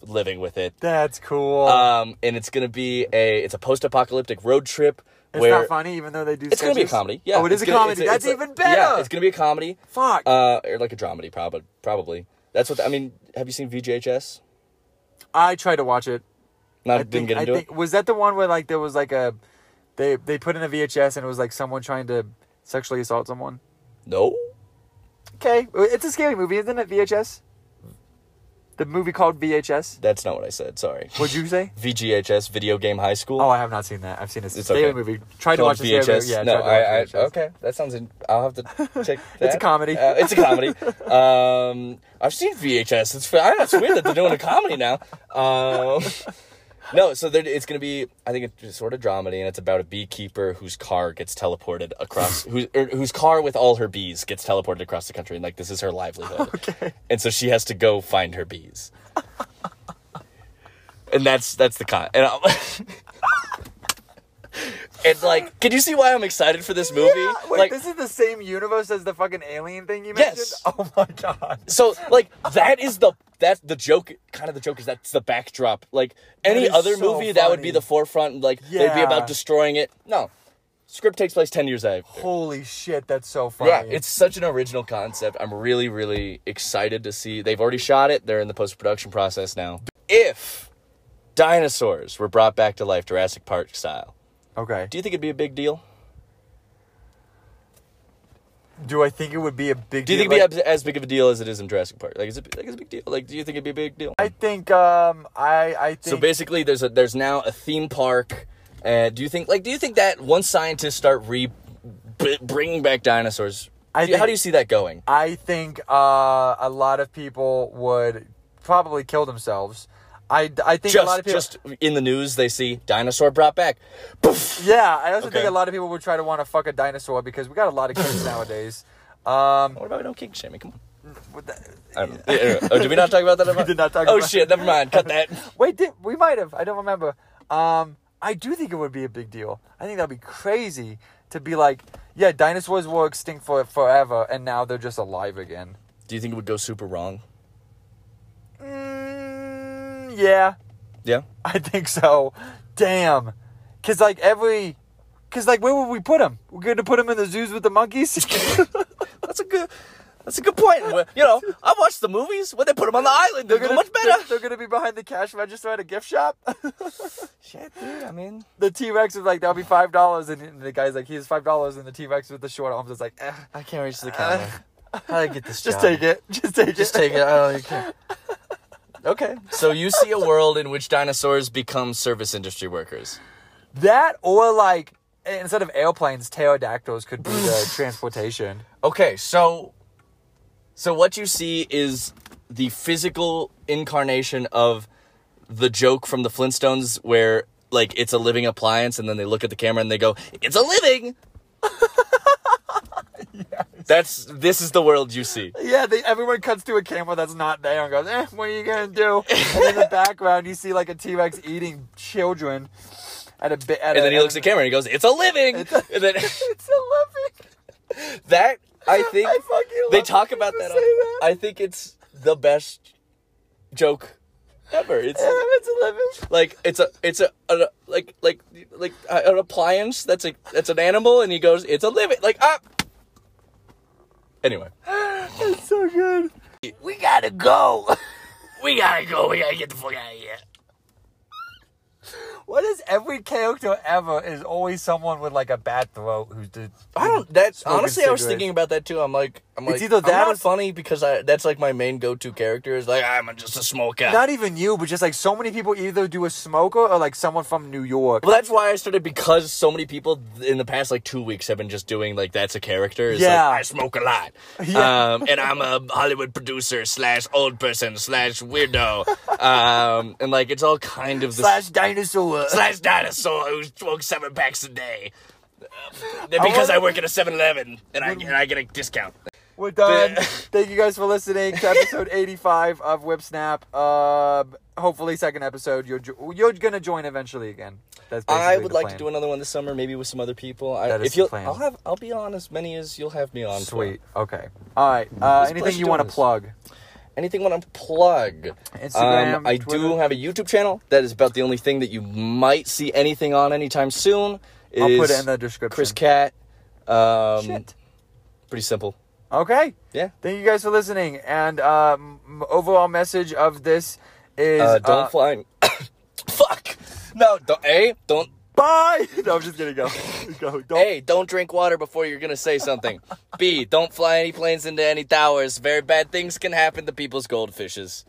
B: living with it.
A: That's cool.
B: Um, and it's gonna be a it's a post apocalyptic road trip
A: it's
B: where
A: not funny, even though they do.
B: it's gonna be a
A: sketches?
B: comedy. Yeah,
A: Oh, it is
B: it's
A: a
B: gonna-
A: comedy.
B: it's a-
A: That's
B: it's a-
A: even better.
B: Yeah, it's gonna be a comedy.
A: Fuck.
B: Uh, or like a dramedy, probably. Probably. That's what I mean. Have you seen VJHS?
A: I tried to watch it.
B: Not
A: I
B: didn't
A: think-
B: get
A: I
B: into
A: think- Was that the one where like there was like a they they put in a VHS and it was like someone trying to sexually assault someone?
B: it. No.
A: Okay, it's a scary movie, isn't it? VHS. The movie called VHS.
B: That's not what I said. Sorry.
A: What'd you say?
B: VGHS Video Game High School.
A: Oh, I have not seen that. I've seen a
B: It's
A: scary
B: okay.
A: movie. Tried to
B: Called
A: watch a scary movie. Yeah,
B: no,
A: tried to
B: I, I
A: watch VHS.
B: okay. That sounds. In, I'll have to check.
A: It's a
B: that.
A: comedy.
B: Uh, it's a comedy. um, I've seen VHS. It's I know, it's weird that they're doing a comedy now. Um, no, so there, it's gonna be. I think it's just sort of dramedy, and it's about a beekeeper whose car gets teleported across. whose er, whose car with all her bees gets teleported across the country, and like this is her livelihood. Okay. And so she has to go find her bees. and that's that's the con. And i and like, can you see why I'm excited for this movie?
A: Yeah, wait,
B: like,
A: this is the same universe as the fucking alien thing you mentioned.
B: Yes.
A: Oh my god.
B: so like that is the that's the joke. Kind of the joke is that's the backdrop. Like any
A: is
B: other
A: so
B: movie, that would be
A: funny.
B: the forefront. and, Like they'd be
A: Yeah.
B: about destroying it. No, script takes place ten years after.
A: Holy shit, that's so funny.
B: Yeah, it's such an original concept. I'm really, really excited to see. They've already shot it. They're in the post production process now. If dinosaurs were brought back to life, Jurassic Park style,
A: okay.
B: do you think it'd be a big deal?
A: Do I think it would be a big?
B: Do
A: deal?
B: you think
A: Like-
B: it'd be as big of a deal as it is in Jurassic Park? Like, is it like it's a big deal? Like, do you think it'd be a big deal?
A: I think. Um, I I think.
B: so basically, there's a there's now a theme park. Uh, do you think like do you think that once scientists start re b- bringing back dinosaurs,
A: I
B: do you- how
A: think-
B: do you see that going?
A: I think uh, a lot of people would probably kill themselves. I, I think a lot
B: Just
A: of people.
B: just in the news, they see dinosaur brought back. Poof!
A: yeah, I also think
B: Okay.
A: a lot of people would try to want to fuck a dinosaur because we got a lot of kids nowadays. Um,
B: What about we don't kink shaming? Come on.
A: with that-
B: I don't know. Anyway, oh, did we not talk about that?
A: We did not talk
B: Oh
A: about-
B: shit! Never mind. Cut that.
A: wait, did, we might have. I don't remember. Um, I do think it would be a big deal. I think that'd be crazy to be like, yeah, dinosaurs were extinct for forever, and now they're just alive again.
B: Do you think it would go super wrong?
A: Mm, yeah,
B: Yeah.
A: I think so. Damn. Cause like every, cause like where would we put him? We're gonna put him in the zoos with the monkeys.
B: That's a good. That's a good point. Well, You know, I watched the movies when they put them on the island. They're,
A: gonna,
B: much better.
A: They're, they're gonna be behind the cash register at a gift shop.
B: Shit, dude. I mean,
A: the T Rex is like, that'll be five dollars, and the guy's like, here's five dollars, and the T Rex with the short arms is like, eh,
B: I can't reach the camera. How do I get this?
A: just take it, just take
B: Just
A: it.
B: take it. I don't even care.
A: Okay.
B: So you see a world in which dinosaurs become service industry workers.
A: That or like instead of airplanes, pterodactyls could be the transportation.
B: Okay, so so what you see is the physical incarnation of the joke from the Flintstones where like it's a living appliance and then they look at the camera and they go, "It's a living." That's this is the world you see.
A: Yeah, they, everyone cuts to a camera that's not there and goes, eh, what are you gonna do? And in the background, you see like a T Rex eating children at a bit.
B: And then he looks at the camera and he goes, "It's a living." and then
A: It's a loving.
B: that I think
A: I fucking
B: they
A: love
B: talk
A: that
B: about
A: you
B: that,
A: say
B: on-
A: that.
B: I think it's the best joke ever. It's
A: Damn, it's a living.
B: like it's a it's a, a like like like uh, an appliance that's a that's an animal and he goes it's a living like ah anyway
A: It's so good.
B: we gotta go we gotta go we gotta get the fuck out of here
A: What is every character ever is always someone with like a bad throat who's the.
B: i don't that's
A: Smoking
B: honestly i was
A: cigarettes.
B: thinking about that too i'm like i'm like
A: It's either
B: I'm
A: that
B: not
A: or-
B: funny because i that's like my main go-to character is like i'm just a smoker
A: Not even you, but just like so many people either do a smoker or like someone from New York.
B: well, that's why I started because so many people in the past like two weeks have been just doing like that's a character. It's
A: Yeah.
B: like, I smoke a lot, um, and I'm a Hollywood producer slash old person slash weirdo, um, and like it's all kind of the
A: Slash dinosaur.
B: slash dinosaur who smokes seven packs a day um, because I,
A: wanna-
B: work at a 7-Eleven and I and I get a discount.
A: We're done.
B: The-
A: Thank you guys for listening to episode 85 of Whip Snap. Uh, hopefully, second episode. You're jo- you're gonna join eventually again. That's basically
B: I would
A: the
B: like
A: plan.
B: to do another one this summer, maybe with some other people. I,
A: That is
B: if
A: the
B: you'll,
A: plan.
B: I'll have I'll be on as many as you'll have me on. for.
A: Sweet. Okay. All right. Uh,
B: a
A: anything
B: pleasure
A: you want
B: doing
A: to
B: this.
A: plug?
B: anything want to plug? Um,
A: Instagram,
B: I do
A: Twitter.
B: have a YouTube channel. That is about the only thing that you might see anything on anytime soon.
A: I'll put
B: is
A: it in the description.
B: Chris Cat. Um,
A: Shit.
B: Pretty simple.
A: Okay.
B: Yeah.
A: Thank you guys for listening. And um, overall message of this is
B: Uh, don't
A: uh,
B: fly. Fuck. No, don't, A, don't,
A: Bye. No, I'm just kidding. Go. Go. Don't.
B: A, don't drink water before you're going to say something. B, don't fly any planes into any towers. Very bad things can happen to people's goldfishes.